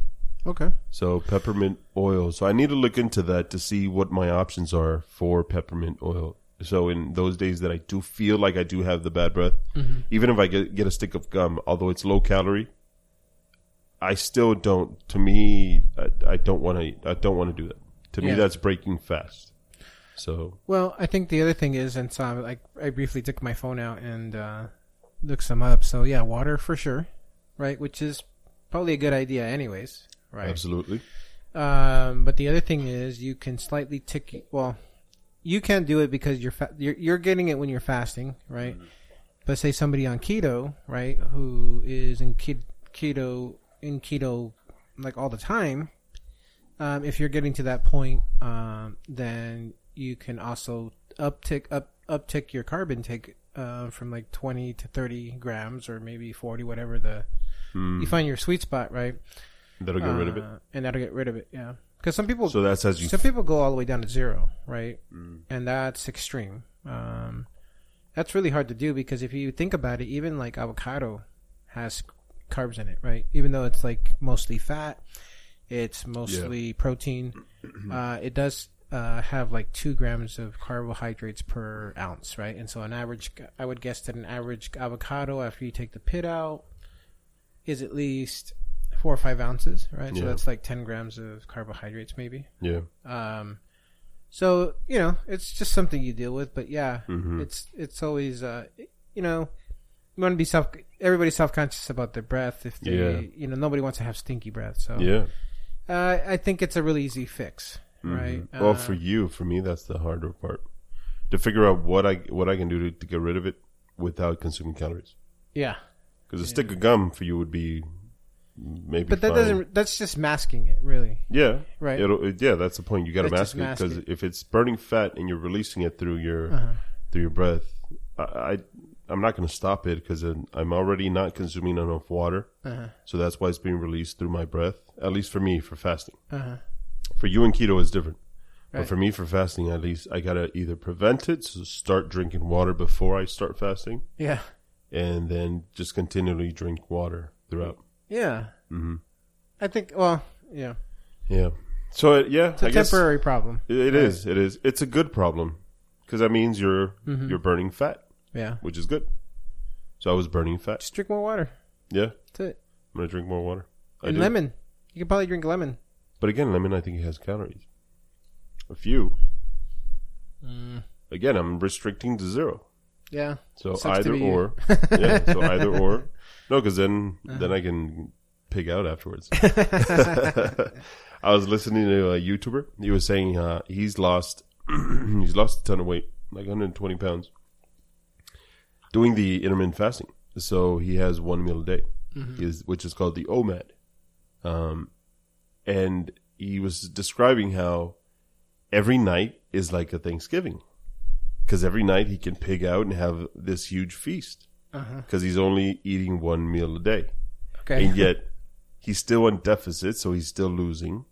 B: Okay.
A: so peppermint oil so i need to look into that to see what my options are for peppermint oil so in those days that i do feel like i do have the bad breath
B: Mm-hmm.
A: even if I get get a stick of gum, although it's low calorie, I still don't. To me, I, I don't want to. I don't want to do that. To me,
B: Yeah.
A: that's breaking fast. So
B: Well, I think the other thing is, and so I'm, like I briefly took my phone out and uh, looked some up. So yeah, water for sure, right? Which is probably a good idea, anyways, right?
A: absolutely,
B: Um, but the other thing is, you can slightly tick. Well, you can do it because you're fa- you're, you're getting it when you're fasting, right?
A: Mm-hmm.
B: But say somebody on keto, right, who is in ke- keto in keto like all the time. Um, if you're getting to that point, um, then you can also uptick up uptick your carb intake uh, from like 20 to 30 grams or maybe 40, whatever the
A: Hmm,
B: you find your sweet spot, right?
A: that'll get rid of it.
B: Uh, and that'll get rid of it. Yeah, because some people
A: So that's as you.
B: some people go all the way down to zero, right?
A: Mm.
B: And that's extreme. Um, that's really hard to do because if you think about it, even like avocado has carbs in it, right? Even though it's like mostly fat, it's mostly protein. Uh, it does uh, have like two grams of carbohydrates per ounce, right? And so an average, I would guess that an average avocado after you take the pit out is at least four or five ounces, right? So
A: Yeah.
B: that's like ten grams of carbohydrates, maybe.
A: yeah,
B: Um, so you know, it's just something you deal with. But yeah,
A: Mhm.
B: it's it's always uh, you know, you want to be self. Everybody's self conscious about their breath. If they,
A: Yeah.
B: you know, nobody wants to have stinky breath. So
A: yeah.
B: uh, I think it's a really easy fix,
A: Mhm.
B: right?
A: well,
B: Uh,
A: for you, for me, that's the harder part to figure out what I what I can do to, to get rid of it without consuming calories.
B: yeah,
A: Because a stick of gum for you would be maybe.
B: but that
A: fine.
B: doesn't. That's just masking it, really,
A: Yeah,
B: right?
A: It'll, it- yeah, that's the point. You got to
B: Let's just
A: mask it
B: mask
A: because if it's burning fat and you're releasing it through your
B: Uh-huh.
A: through your breath, I, I I'm not going to stop it because I'm already not consuming enough water,
B: Uh-huh.
A: so that's why it's being released through my breath. At least for me, for fasting.
B: Uh-huh.
A: For you and keto is different,
B: Right.
A: but for me, for fasting, at least I got to either prevent it, so start drinking water before I start fasting,
B: Yeah,
A: and then just continually drink water throughout.
B: yeah.
A: hmm
B: I think. Well, yeah,
A: Yeah. So it, yeah,
B: it's a
A: I guess-
B: temporary problem.
A: It it is. It is. It's a good problem because that means you're
B: Mhm.
A: you're burning fat,
B: Yeah,
A: which is good. So I was burning fat.
B: just drink more water.
A: Yeah,
B: That's it.
A: I'm gonna drink more water. I
B: And
A: do.
B: lemon. You could probably drink lemon.
A: but again, lemon I think it has calories. A few. Again, I'm restricting to zero.
B: Mm. Yeah.
A: So
B: Sucks to
A: either
B: be you.
A: or. yeah. So either or. No, because then then I can pig out afterwards. I was listening to a YouTuber. He was saying uh, he's lost he's lost a ton of weight, like 120 pounds, doing the intermittent fasting. So he has one meal a day,
B: Mm-hmm.
A: is which is called the OMAD. Um, and he was describing how every night is like a Thanksgiving, because every night he can pig out and have this huge feast
B: Uh-huh.
A: because he's only eating one meal a day
B: Okay.
A: and yet he's still in deficit, so he's still losing.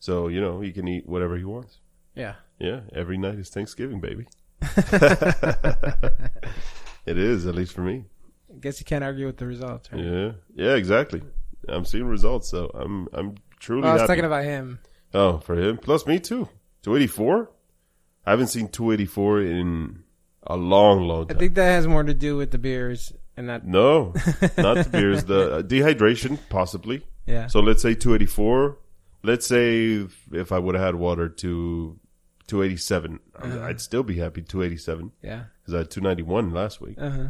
A: So you know he can eat whatever he wants.
B: Yeah.
A: Yeah, every night is Thanksgiving, baby. it is, at least for me.
B: I guess you can't argue with the results, right?
A: Yeah, yeah, exactly. I'm seeing results, so I'm I'm truly
B: Well, I was
A: happy.
B: talking about him.
A: oh, for him, plus me too. 284. I haven't seen 284 in a long, long
B: I
A: time.
B: think that has more to do with the beers and not.
A: no, not the beers. The uh, dehydration, possibly.
B: Yeah.
A: So let's say 284. Let's say if- if I would have had water to 287, I'm-
B: Uh-huh.
A: I'd still be happy 287
B: Yeah.
A: because I had 291 last week.
B: Uh huh.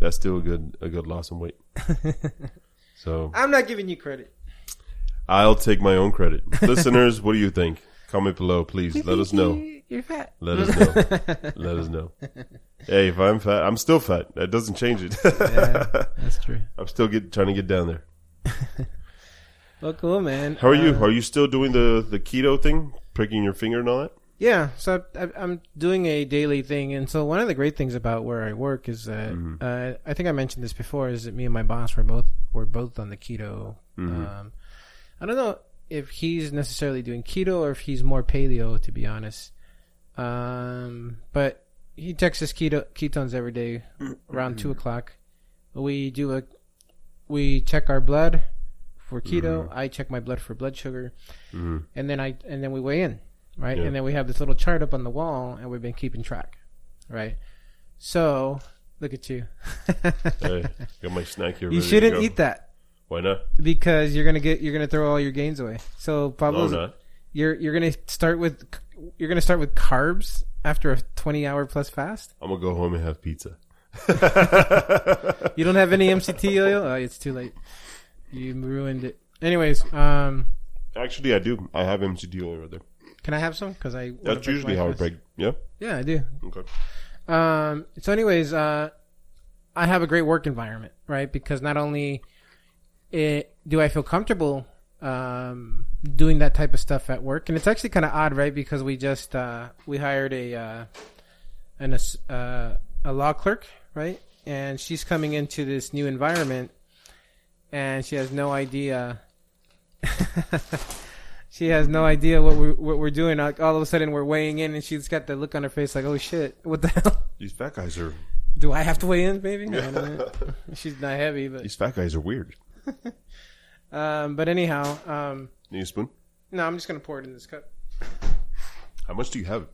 A: That's still a good a good loss in weight. so
B: I'm not giving you credit.
A: I'll take my own credit. Listeners, what do you think? Comment below, please. Let us know.
B: You're fat.
A: Let us know. Let us know. Hey, if I'm fat, I'm still fat. That doesn't change it.
B: yeah, that's true.
A: I'm still get, trying to get down there.
B: Well, cool, man.
A: How are you?
B: Uh,
A: Are you still doing the the keto thing, pricking your finger and all that?
B: Yeah, so I, I- I'm doing a daily thing, and so one of the great things about where I work is that
A: Mhm.
B: uh, I think I mentioned this before is that me and my boss were both were both on the keto.
A: Mhm.
B: Um, I don't know if he's necessarily doing keto or if he's more paleo, to be honest. Um, but he texts us keto ketones every day around two
A: Mm-hmm.
B: o'clock. We do a we check our blood for keto.
A: Mm-hmm.
B: I check my blood for blood sugar
A: Mhm.
B: and then I and then we weigh in, right?
A: Yeah.
B: And then we have this little chart up on the wall, and we've been keeping track, right? So look at you.
A: Hey, got my snack here.
B: you
A: ready to
B: shouldn't
A: go.
B: eat that
A: Why not?
B: because you're gonna get you're gonna throw all your gains away. So
A: Oh, No, I'm
B: Pablo,
A: not.
B: you're you're gonna start with you're gonna start with carbs after a 20 hour plus fast.
A: I'm gonna go home and have pizza.
B: You don't have any MCT oil. Oh, it's too late. You ruined it. Anyways, um,
A: Actually, I do. I have MCT oil right there.
B: can I have some? Because I wanna
A: That's
B: break
A: usually
B: my
A: how I
B: fast.
A: break. Yeah.
B: Yeah, I do.
A: Okay.
B: Um, so, anyways, uh, I have a great work environment, right? Because not only it, do I feel comfortable um, doing that type of stuff at work, and it's actually kind of odd, right? Because we just uh, we hired a uh, an ass- uh, a law clerk, right? And she's coming into this new environment, and she has no idea. she has no idea what we're what we're doing. Like, all of a sudden, we're weighing in, and she's got the look on her face like, "Oh shit, what the hell?
A: These fat guys are.
B: Do I have to weigh in, maybe?" I don't know. she's not heavy, but
A: These fat guys are weird.
B: um, but anyhow, um,
A: Need a spoon?
B: no, I'm just gonna pour it in this cup.
A: How much do you have?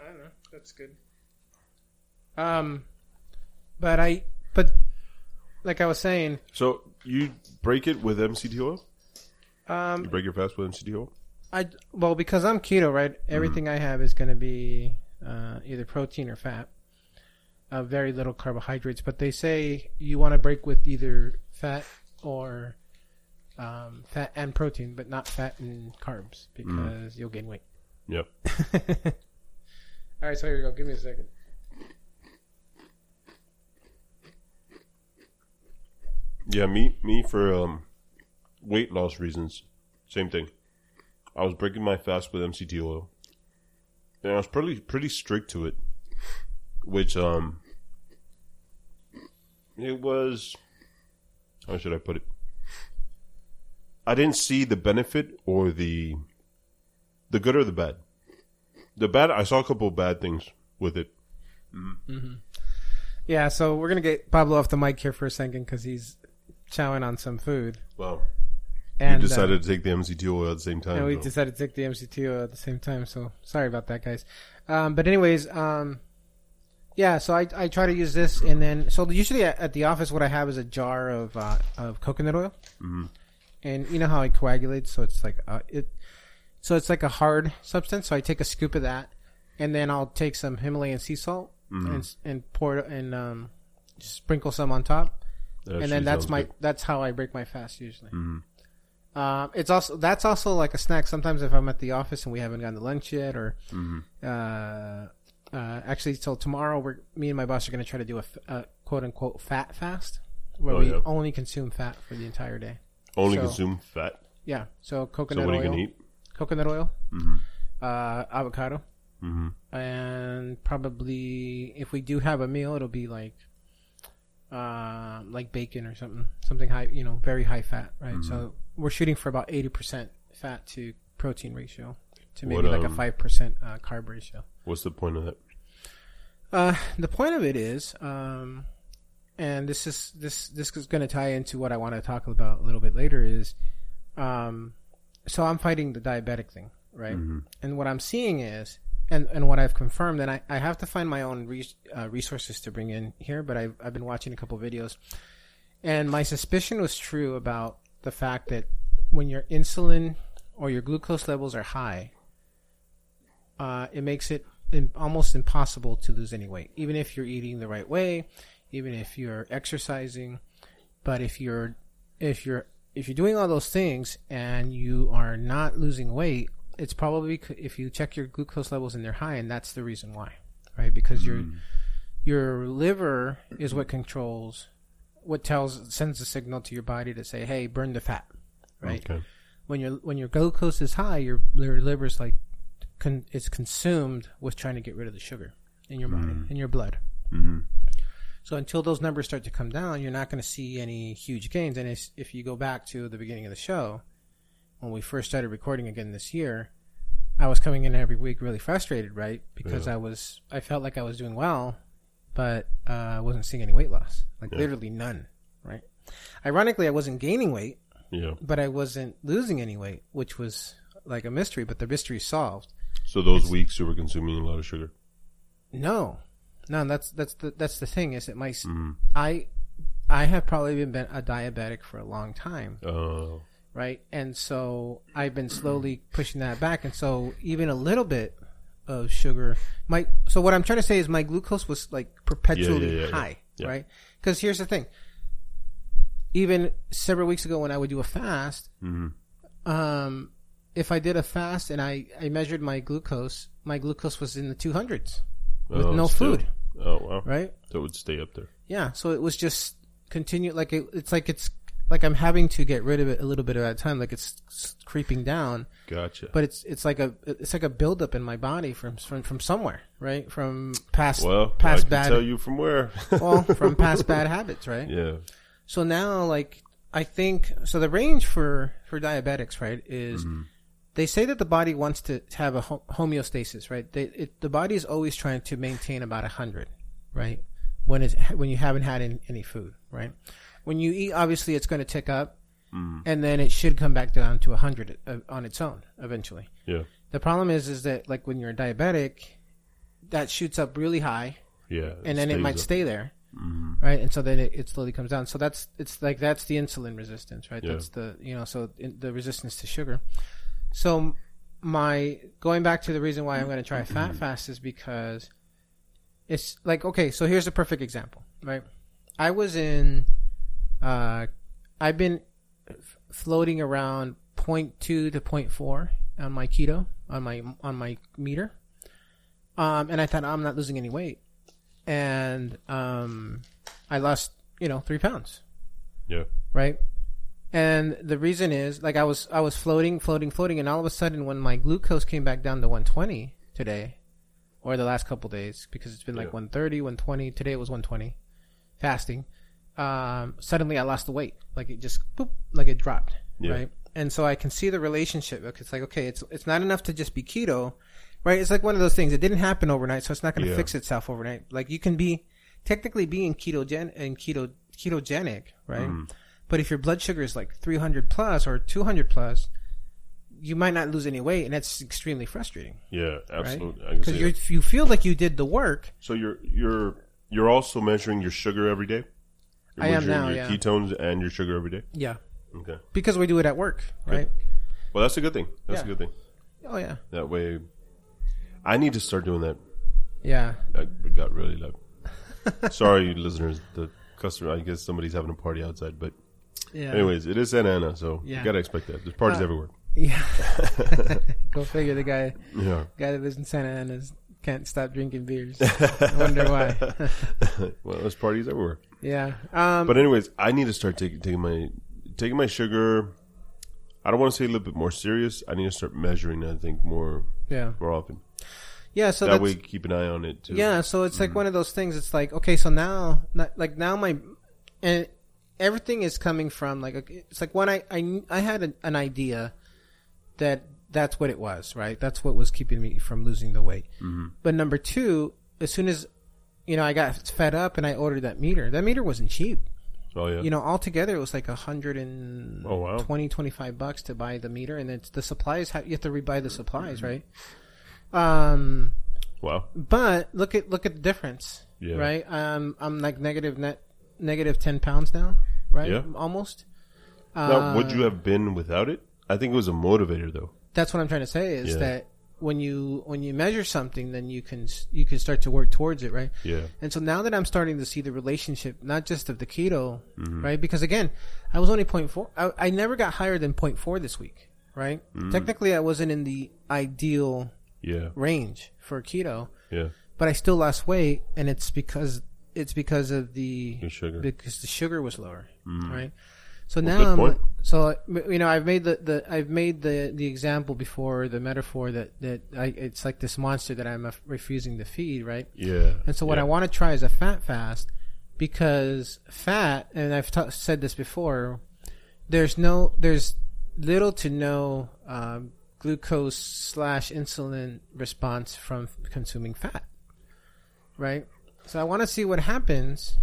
B: I don't know. That's good. Um, but I, but like I was saying,
A: So you break it with MCT oil. You
B: um,
A: break your fast with MCT oil.
B: I well because I'm keto, right? Everything I have is going to be uh, either protein or fat. Uh, very little carbohydrates, but they say you want to break with either fat or um, fat and protein, but not fat and carbs because you'll gain weight.
A: Yep.
B: All right, so here we go. Give me a second.
A: Yeah, me me for um, weight loss reasons. Same thing. I was breaking my fast with MCT oil, and I was pretty pretty strict to it, which um, it was. How should I put it? I didn't see the benefit or the the good or the bad. The bad, I saw a couple of bad things with it.
B: Yeah, so we're gonna get Pablo off the mic here for a second because he's chowing on some food,
A: Wow,
B: and
A: you
B: uh,
A: decided to take the MCT oil at the same time.
B: and we
A: though.
B: decided to take the MCTO at the same time. So sorry about that, guys. Um, but anyways, um, yeah. So I, I try to use this, and then so usually at, at the office, what I have is a jar of uh, of coconut oil,
A: Mhm.
B: and you know how it coagulates, so it's like uh, it, so it's like a hard substance. So I take a scoop of that, and then I'll take some Himalayan sea salt and s and pour it and um, sprinkle some on top
A: That
B: and
A: actually
B: then that's
A: sounds
B: my
A: good. Mm-hmm.
B: that's how I break my fast usually. Um, it's also that's also like a snack. Sometimes if I'm at the office and we haven't gone to lunch yet, or
A: Mm-hmm.
B: uh, uh, actually, so tomorrow we're me and my boss are going to try to do a, f- a quote unquote fat fast where
A: Oh,
B: we
A: yeah.
B: only consume fat for the entire day.
A: only
B: so-
A: consume fat.
B: Yeah, so
A: So
B: coconut
A: what are
B: oil,
A: you gonna eat?
B: coconut oil,
A: Mhm.
B: uh, avocado,
A: Mm-hmm.
B: and probably if we do have a meal, it'll be like uh, like bacon or something, something high, you know, very high fat, right?
A: Mm-hmm.
B: So we're shooting for about eighty percent fat to protein ratio, to maybe
A: What,
B: like a
A: um,
B: five percent uh, carb ratio.
A: What's the point of that?
B: Uh, the point of it is, um, and this is this this is going to tie into what I want to talk about a little bit later is, um, so I'm fighting the diabetic thing, right? And what I'm seeing is, and and what I've confirmed, and I, I have to find my own re- uh, resources to bring in here, but I've I've been watching a couple videos, and my suspicion was true about the fact that when your insulin or your glucose levels are high, uh, it makes it in, almost impossible to lose any weight, even if you're eating the right way, even if you're exercising. But if you're if you're if you're doing all those things and you are not losing weight, it's probably c- if you check your glucose levels and they're high, and that's the reason why, right? Because your
A: Mm-hmm.
B: your liver is what controls what tells sends a signal to your body to say, "Hey, burn the fat." Right
A: Okay.
B: when your when your glucose is high, your, your liver's like con- is consumed with trying to get rid of the sugar in your body, in your blood.
A: hmm
B: So until those numbers start to come down, you're not going to see any huge gains. And if, if you go back to the beginning of the show, when we first started recording again this year, I was coming in every week really frustrated, right? Because
A: Yeah.
B: I was, I felt like I was doing well, but uh, I wasn't seeing any weight loss, like
A: Yeah.
B: literally none, right? Ironically, I wasn't gaining weight,
A: Yeah.
B: but I wasn't losing any weight, which was like a mystery. But the mystery is solved.
A: So those weeks you were consuming a lot of sugar.
B: No, no, that's that's the that's the thing is that my s-
A: Mm.
B: I I have probably been a diabetic for a long time,
A: Uh,
B: right? And so I've been slowly
A: Mm-hmm.
B: pushing that back, and so even a little bit of sugar, my so what I'm trying to say is my glucose was like perpetually
A: yeah, yeah.
B: high,
A: Yeah.
B: right? Because here's the thing. Even several weeks ago, when I would do a fast,
A: mhm.
B: um, if I did a fast and I, I measured my glucose, my glucose was in the 200s, With
A: Oh,
B: no
A: still.
B: food.
A: Oh wow.
B: right?
A: That would stay up there.
B: Yeah. So it was just continue like it, it's like it's like I'm having to get rid of it a little bit at a time. Like it's s- creeping down,
A: Gotcha.
B: but it's it's like a it's like a buildup in my body from from from somewhere, right? From past
A: well, I
B: past
A: can
B: bad
A: tell you from where.
B: well from past bad habits, right?
A: yeah.
B: So now, like, I think so. The range for for diabetics, right, is
A: Mm-hmm.
B: they say that the body wants to have a ho- homeostasis, right? They, it, the body is always trying to maintain about hundred, right? When it's when you haven't had any, any food, right? When you eat, obviously, it's going to tick up,
A: Mm-hmm.
B: and then it should come back down to hundred uh, on its own eventually.
A: Yeah.
B: The problem is, is that like when you're a diabetic, that shoots up really high,
A: Yeah.
B: and then it
A: stays
B: might
A: up.
B: stay there
A: Mhm.
B: right and so then it, it slowly comes down so that's it's like that's the insulin resistance right
A: Yeah.
B: that's the you know so in, the resistance to sugar so my going back to the reason why i'm going to try a fat fast is because it's like okay so here's a perfect example right i was in uh i've been f- floating around 0.2 to 0.4 on my keto on my on my meter um and i thought i'm not losing any weight and um i lost you know three pounds
A: Yeah.
B: right and the reason is like i was i was floating floating floating and all of a sudden when my glucose came back down to 120 today or the last couple days because it's been like
A: Yeah.
B: 130 120 today it was 120 fasting um suddenly i lost the weight like it just boop like it dropped
A: Yeah.
B: right and so i can see the relationship like, it's like okay it's it's not enough to just be keto right it's like one of those things it didn't happen overnight so it's not going to
A: Yeah.
B: fix itself overnight like you can be technically be in ketogen and keto ketogenic right
A: Mm.
B: but if your blood sugar is like 300 plus or 200 plus, you might not lose any weight, and that's extremely frustrating,
A: Yeah.
B: right?
A: Absolutely. I can
B: Because
A: see
B: you
A: that.
B: you feel like you did the work.
A: So you're you're you're also measuring your sugar every day.
B: I
A: You're
B: am
A: measuring
B: now,
A: Your
B: yeah.
A: ketones and your sugar every day.
B: Yeah,
A: Okay.
B: because we do it at work, right?
A: Well, that's a good thing. That's a
B: Yeah.
A: good thing.
B: Oh yeah,
A: That way, I need to start doing that.
B: yeah.
A: That got really loud. Sorry, listeners. The customer. I guess somebody's having a party outside. But
B: Yeah.
A: anyways, it is Santa Ana, so
B: Yeah.
A: you gotta expect that. There's parties
B: Uh,
A: everywhere.
B: Yeah. Go figure. The guy
A: Yeah.
B: guy that lives in Santa Ana can't stop drinking beers. wonder why.
A: well, there's parties everywhere.
B: yeah. Um.
A: But anyways, I need to start taking taking my taking my sugar. I don't want to say a little bit more serious. I need to start measuring. I think more
B: yeah.
A: more often.
B: Yeah. So
A: that
B: that's,
A: way, keep an eye on it too. Mm-hmm.
B: Yeah, so it's like one of those things. It's like okay, so now, not, like now my, and everything is coming from like okay, it's like when I I, I had an, an idea that that's what it was, right? That's what was keeping me from losing the weight.
A: Mm-hmm.
B: But number two, as soon as you know, I got fed up and I ordered that meter. That meter wasn't cheap.
A: Oh yeah.
B: You know, altogether it was like a hundred and
A: Oh, wow.
B: 20, 25 bucks to buy the meter, and it's the supplies. ha- You have to rebuy the supplies, right?
A: Mm-hmm.
B: Um,
A: wow.
B: but look at look at the difference,
A: Yeah.
B: right? Um, I'm like negative net negative ten pounds now, right?
A: Yeah.
B: Almost. Uh,
A: now, would you have been without it? I think it was a motivator, though.
B: That's what I'm trying to say is
A: Yeah.
B: that when you when you measure something, then you can s- you can start to work towards it, right?
A: Yeah.
B: And so now that I'm starting to see the relationship, not just of the keto,
A: Mm-hmm.
B: right? Because again, I was only 0.4. I, I never got higher than 0.4 this week, right?
A: Mm-hmm.
B: Technically, I wasn't in the ideal
A: Yeah.
B: range for keto.
A: Yeah.
B: but I still lost weight, and it's because it's because of the
A: Your sugar. Mm-hmm.
B: because the sugar was lower, right? So
A: Well,
B: now,
A: good
B: I'm-
A: point.
B: so uh, you know, I've made the, the I've made the the example before, the metaphor that that I, it's like this monster that I'm uh, refusing to feed, right?
A: Yeah.
B: And so what
A: yeah.
B: I want to try is a fat fast because fat, and I've ta said this before, there's no, there's little to no um, glucose slash insulin response from f- consuming fat, right? So I want to see what happens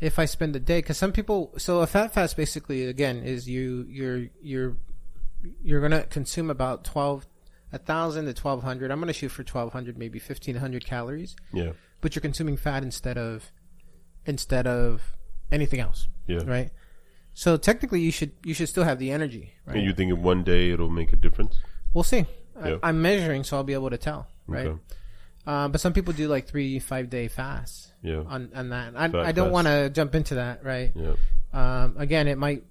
B: if I spend a day, because some people, so a fat fast basically again is you you're you're you're gonna consume about twelve. 1000 to 1200 i'm going to shoot for 1200 maybe 1500 calories
A: Yeah.
B: but you're consuming fat instead of instead of anything else,
A: Yeah.
B: right? So technically, you should you should still have the energy, right?
A: And you think in one day it'll make a difference?
B: we'll see.
A: Yeah.
B: I, I'm measuring, so I'll be able to tell, right?
A: Okay.
B: Uh, but some people do like three five day fasts
A: Yeah.
B: on on that. I,
A: Fat
B: I don't
A: fasts.
B: want to jump into that, right?
A: Yeah.
B: Um, again, it might.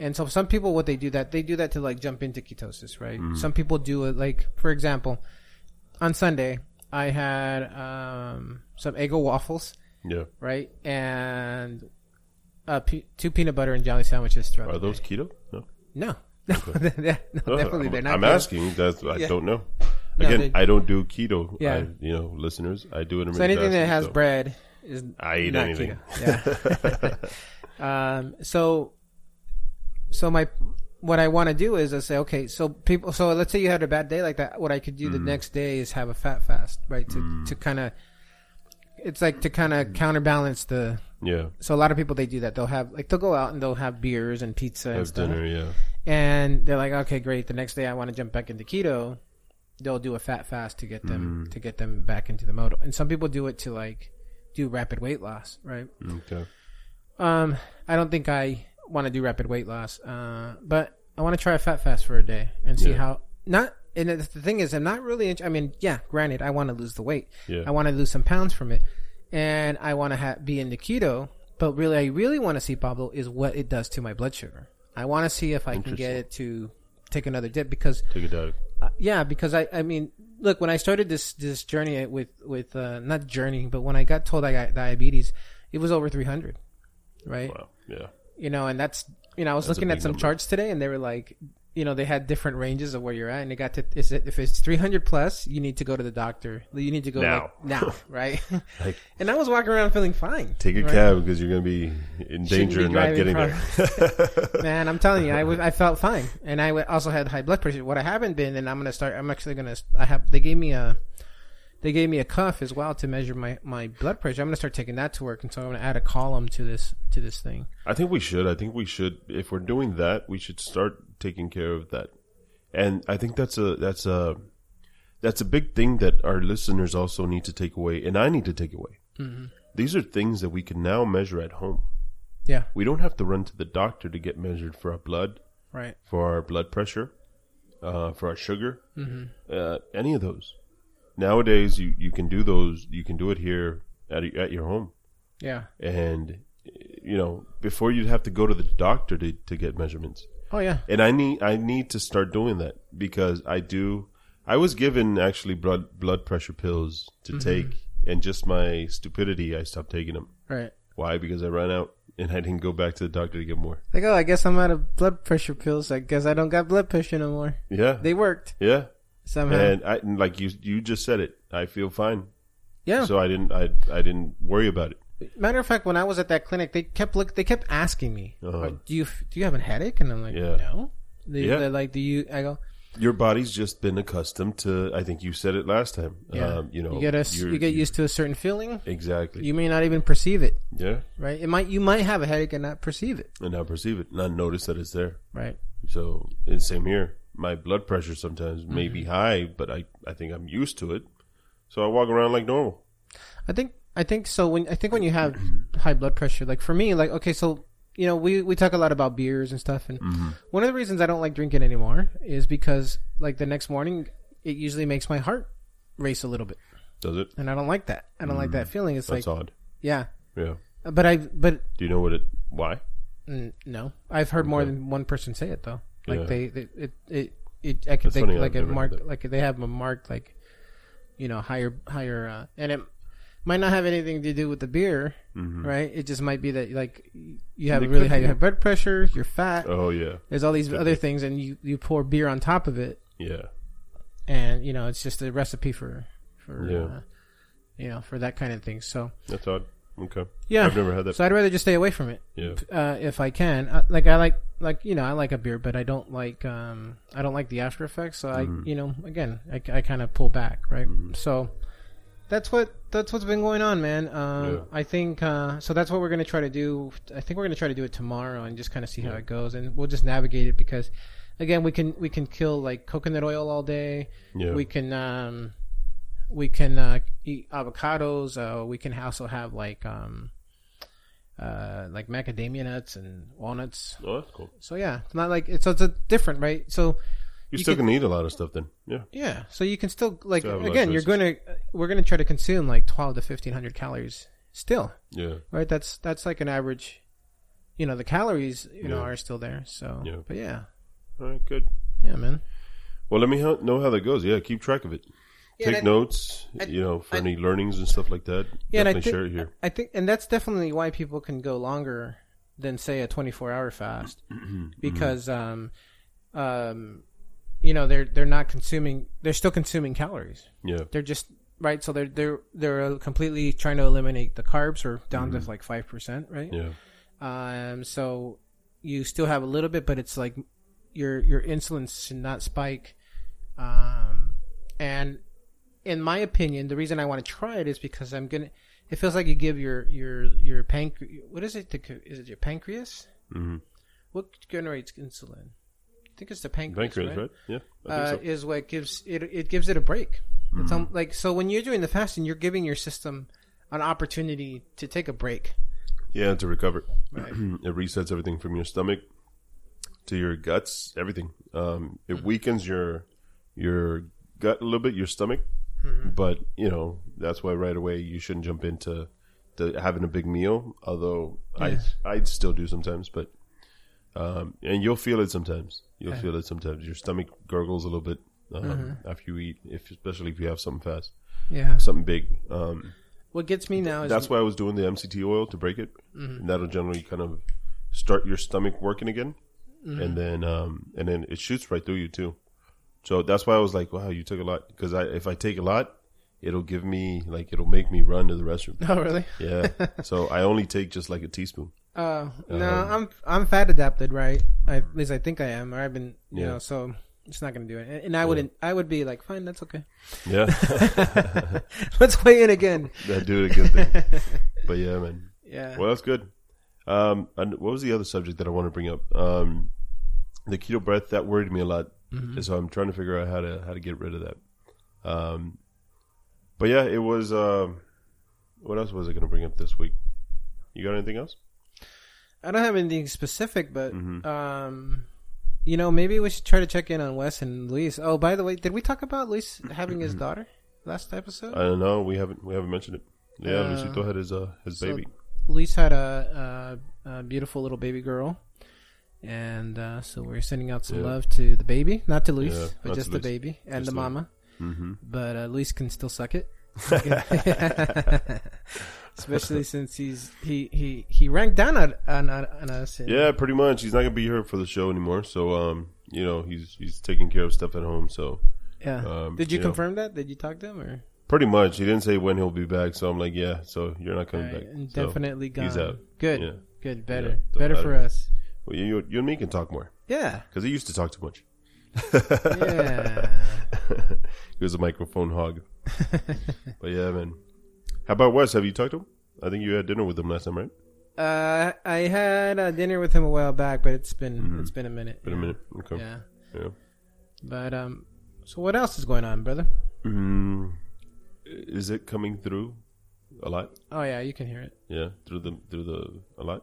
B: And so some people, what they do that they do that to like jump into ketosis, right?
A: Mm-hmm.
B: Some people do it like, for example, on Sunday I had um, some Eggo waffles
A: Yeah.
B: right? And uh, pe- two peanut butter and jelly sandwiches throughout.
A: Are
B: the
A: those
B: day.
A: keto? No.
B: No, no, they're- no, definitely
A: I'm,
B: they're not.
A: I'm
B: good.
A: asking. That's I
B: Yeah.
A: don't know.
B: No, they-
A: Again, I don't do keto.
B: Yeah.
A: I, you know, listeners, I do intermittent
B: So anything that
A: fasting,
B: has
A: so
B: bread is
A: I eat
B: not
A: anything.
B: keto. Yeah. um, so, so my what I want to do is I say, okay, so people, so let's say you had a bad day like that. What I could
A: Mm.
B: do the next day is have a fat fast, right? To to kind of, it's like to kind of counterbalance the.
A: Yeah.
B: So a lot of people they do that. They'll have like they'll go out and they'll have beers and pizza and
A: Have
B: stuff.
A: dinner. Yeah.
B: and they're like, okay, great. The next day I want to jump back into keto. They'll do a fat fast to get them to get them back into the mode. And some people do it to like do rapid weight loss, right?
A: Okay.
B: Um, I don't think I want to do rapid weight loss, uh, but I want to try a fat fast for a day and see
A: Yeah.
B: how not. And the the thing is, I'm not really. Int- I mean, yeah, granted, I want to lose the weight.
A: Yeah.
B: I want to lose some pounds from it, and I want to ha- be into keto. But really, I really want to see Pablo is what it does to my blood sugar. I want to see if I can get
A: Interesting.
B: it to take another dip because
A: Take a diet.
B: uh, yeah, because I, I mean, look, when I started this this journey with with uh, not journey, but when I got told I got diabetes, it was over 300, right?
A: Wow. Yeah.
B: You know, and that's you know, I was
A: That's a
B: looking at
A: big
B: some
A: number.
B: charts today, and they were like, you know, they had different ranges of where you're at, and it got to is it, if it's 300 plus, you need to go to the doctor. You need to go
A: Now.
B: like, now, right?
A: Like-
B: and I was walking around feeling fine.
A: Take a
B: right?
A: cab because you're going to be in danger
B: be
A: of not
B: driving
A: getting there.
B: Man, I'm telling you, I was- I felt fine, and I wa- also had high blood pressure. What I haven't been, and I'm gonna start. I'm actually gonna. I have. They gave me a. They gave me a cuff as well to measure my my blood pressure. I'm gonna start taking that to work, and so I'm gonna add a column to this to this thing.
A: I think we should. I think we should. If we're doing that, we should start taking care of that. And I think that's a that's a that's a big thing that our listeners also need to take away, and I need to take away. These are things that we can now measure at home.
B: Yeah.
A: We don't have to run to the doctor to get measured for our blood,
B: Right.
A: for our blood pressure, uh, for our sugar, uh, any of those. Nowadays, you, you can do those. You can do it here at at your home
B: Yeah.
A: and you know before you'd have to go to the doctor to, to get measurements
B: Oh yeah.
A: and i need i need to start doing that because i do i was given actually blood blood pressure pills to
B: Mm-hmm.
A: take and just my stupidity i stopped taking them
B: Right.
A: why because i ran out and i didn't go back to the doctor to get more
B: Like oh, I guess I'm out of blood pressure pills. I guess I don't got blood pressure no more.
A: yeah
B: They worked
A: yeah
B: somehow.
A: and i and like you you just said it i feel fine
B: yeah.
A: so i didn't i i didn't worry about it
B: Matter of fact, when I was at that clinic, they kept look. They kept asking me,
A: Uh-huh.
B: "Do you do you have a headache?" And I'm like,
A: Yeah.
B: "No." They,
A: Yeah.
B: They're like, "Do you?" I go,
A: your body's just been accustomed to i think you said it last time
B: Yeah.
A: um you know
B: you get a, you get used to a certain feeling.
A: exactly
B: You may not even perceive it,
A: yeah
B: right? It might you might have a headache and not perceive it,
A: and not perceive it, not notice that it's there.
B: right?
A: So it's same here. My blood pressure sometimes may be
B: Mm-hmm.
A: high, but I, I think I'm used to it. So I walk around like normal.
B: I think I think so. When I think when you have high blood pressure, like for me, like okay, so you know we we talk a lot about beers and stuff, and one of the reasons I don't like drinking anymore is because like the next morning it usually makes my heart race a little bit,
A: Does it?
B: and I don't like that. I don't like that feeling. It's
A: That's
B: like
A: odd.
B: yeah,
A: Yeah.
B: but I but
A: Do you know what it? Why?
B: Mm, no, I've heard more
A: Okay.
B: than one person say it though. Like
A: Yeah.
B: they, they, it, it, it, I could
A: That's
B: think
A: funny, I've
B: like a
A: never heard
B: mark,
A: that.
B: like they have a mark, like you know, higher, higher, uh, and it, might not have anything to do with the beer,
A: Mhm.
B: right? It just might be that like you have
A: It
B: really
A: could
B: high
A: be.
B: blood pressure, you're fat.
A: Oh yeah,
B: There's all these
A: could
B: other
A: be.
B: things, and you you pour beer on top of it,
A: yeah.
B: and you know it's just a recipe for for
A: Yeah.
B: uh, you know for that kind of thing. So
A: That's odd. Okay,
B: yeah,
A: I've never had that.
B: so I'd rather just stay away from it
A: yeah,
B: uh, if I can. Uh, like I like like you know I like a beer, but I don't like um I don't like the after effects. So I
A: Mhm.
B: you know again I, I kind of pull back, right?
A: Mhm.
B: So that's what that's what's been going on, man. Um,
A: Yeah.
B: I think uh, so. That's what we're gonna try to do. I think we're gonna try to do it tomorrow and just kind of see how
A: Yeah.
B: it goes, and we'll just navigate it because again we can we can kill like coconut oil all day
A: yeah.
B: we can um we can uh eat avocados uh we can also have like um uh like macadamia nuts and walnuts
A: oh, that's cool.
B: so yeah it's not like it's so it's a different right so
A: You're
B: You
A: still
B: could-
A: gonna eat a lot of stuff then. Yeah,
B: yeah so you can still like
A: Still have a lot of
B: again you're gonna we're gonna try to consume like 12 to 1500 calories still
A: yeah.
B: right that's that's like an average you know the calories you know
A: Yeah.
B: are still there so
A: Yeah.
B: but yeah
A: All right, good.
B: yeah man
A: Well, let me ho- know how that goes. Yeah, keep track of it. Take notes.
B: I-
A: you know, for
B: I-
A: any learnings and stuff like that.
B: Yeah, and I
A: definitely
B: thi-
A: share it here.
B: I think, and that's definitely why people can go longer than say a 24 hour fast because, um, um, you know, they're, they're not consuming, they're still consuming calories.
A: Yeah,
B: They're just, right. So they're, they're, they're completely trying to eliminate the carbs or down to like 5%, right?
A: yeah,
B: Um, so you still have a little bit, but it's like your, your insulin should not spike. Um, and in my opinion, the reason I want to try it is because I'm gonna. It feels like you give your your your pancreas. What is it? The, c- is it your pancreas?
A: hmm
B: What generates insulin? I think it's the pancreas.
A: pancreas,
B: right?
A: right? Yeah, I
B: Uh,
A: think Mm-hmm.
B: Is what gives it. It gives it a break. It's um, like so when you're doing the fasting, you're giving your system an opportunity to take a break.
A: so. Yeah, to recover,
B: Right.
A: it resets everything from your stomach to your guts, everything. Um, it weakens your your gut a little bit, your stomach. But you know that's why right away you shouldn't jump into to having a big meal. Although
B: Yeah.
A: I I'd still do sometimes, but um, and you'll feel it sometimes. You'll feel it sometimes. Your stomach gurgles a little bit um, after you eat, if especially if you have something fast,
B: Yeah.
A: something big. Um,
B: What gets me now is
A: that's why I was doing the Mm-hmm. MCT oil to break it. And that'll generally kind of start your stomach working again, and then um, and then it shoots right through you too. So that's why I was like, wow, you took a lot because I if I take a lot, it'll give me like it'll make me run to the restroom.
B: Oh really?
A: Yeah. so I only take just like a teaspoon.
B: Uh, no, I'm
A: Um,
B: I'm fat adapted, right? I, at least I think I am, or I've been, you
A: Yeah.
B: know, so it's not gonna do it. And, and I wouldn't, I would be like, fine, that's okay.
A: Yeah.
B: Let's weigh in again.
A: that do it a good thing. But yeah, man.
B: Yeah.
A: Well, that's good. Um, and what was the other subject that I want to bring up? Um, the keto breath that worried me a lot,
B: Mm-hmm.
A: and so I'm trying to figure out how to how to get rid of that. Um, but yeah, it was. Um, what else was I going to bring up this week? You got anything else?
B: I don't have anything specific, but
A: Mhm.
B: um, you know, maybe we should try to check in on Wes and Luis. Oh, by the way, did we talk about Luis having his daughter last episode?
A: I don't know. We haven't we haven't mentioned it. Yeah,
B: Uh,
A: Lucito had his uh, his
B: so-
A: baby.
B: Luis had a, a, a beautiful little baby girl, and uh, so we're sending out some
A: Yeah.
B: love to the baby, not to Luis,
A: Yeah,
B: but
A: not
B: just
A: to
B: the
A: Luis.
B: baby and
A: Just
B: the
A: the-
B: mama.
A: Mm-hmm.
B: but uh, Luis can still suck it. Especially since he's he he he ranked down on on, on us. and-
A: Yeah, pretty much. He's not going to be here for the show anymore. So um, you know, he's he's taking care of stuff at home. So
B: yeah.
A: um,
B: Did you
A: yeah.
B: confirm that? Did you talk to him or
A: Pretty much. He didn't say when he'll be back, so I'm like, yeah, so you're not coming
B: Alright,
A: back.
B: and
A: So,
B: definitely gone?
A: he's out.
B: Good,
A: Yeah.
B: good,
A: Yeah,
B: better,
A: don't
B: better for
A: matter.
B: us.
A: Well, you, you, you and me can talk more
B: Yeah,
A: because he used to talk too much.
B: yeah.
A: he was a microphone hog. but yeah, man. How about Wes? Have you talked to him? I think you had dinner with him last time, right?
B: uh, I had uh, dinner with him a while back, but it's been
A: Mm-hmm.
B: it's been a minute.
A: Been a
B: yeah.
A: minute. Okay.
B: Yeah,
A: Yeah.
B: but um, so what else is going on, brother?
A: Mm, is it coming through a lot?
B: Oh yeah, you can hear it.
A: Yeah, through the through the a lot.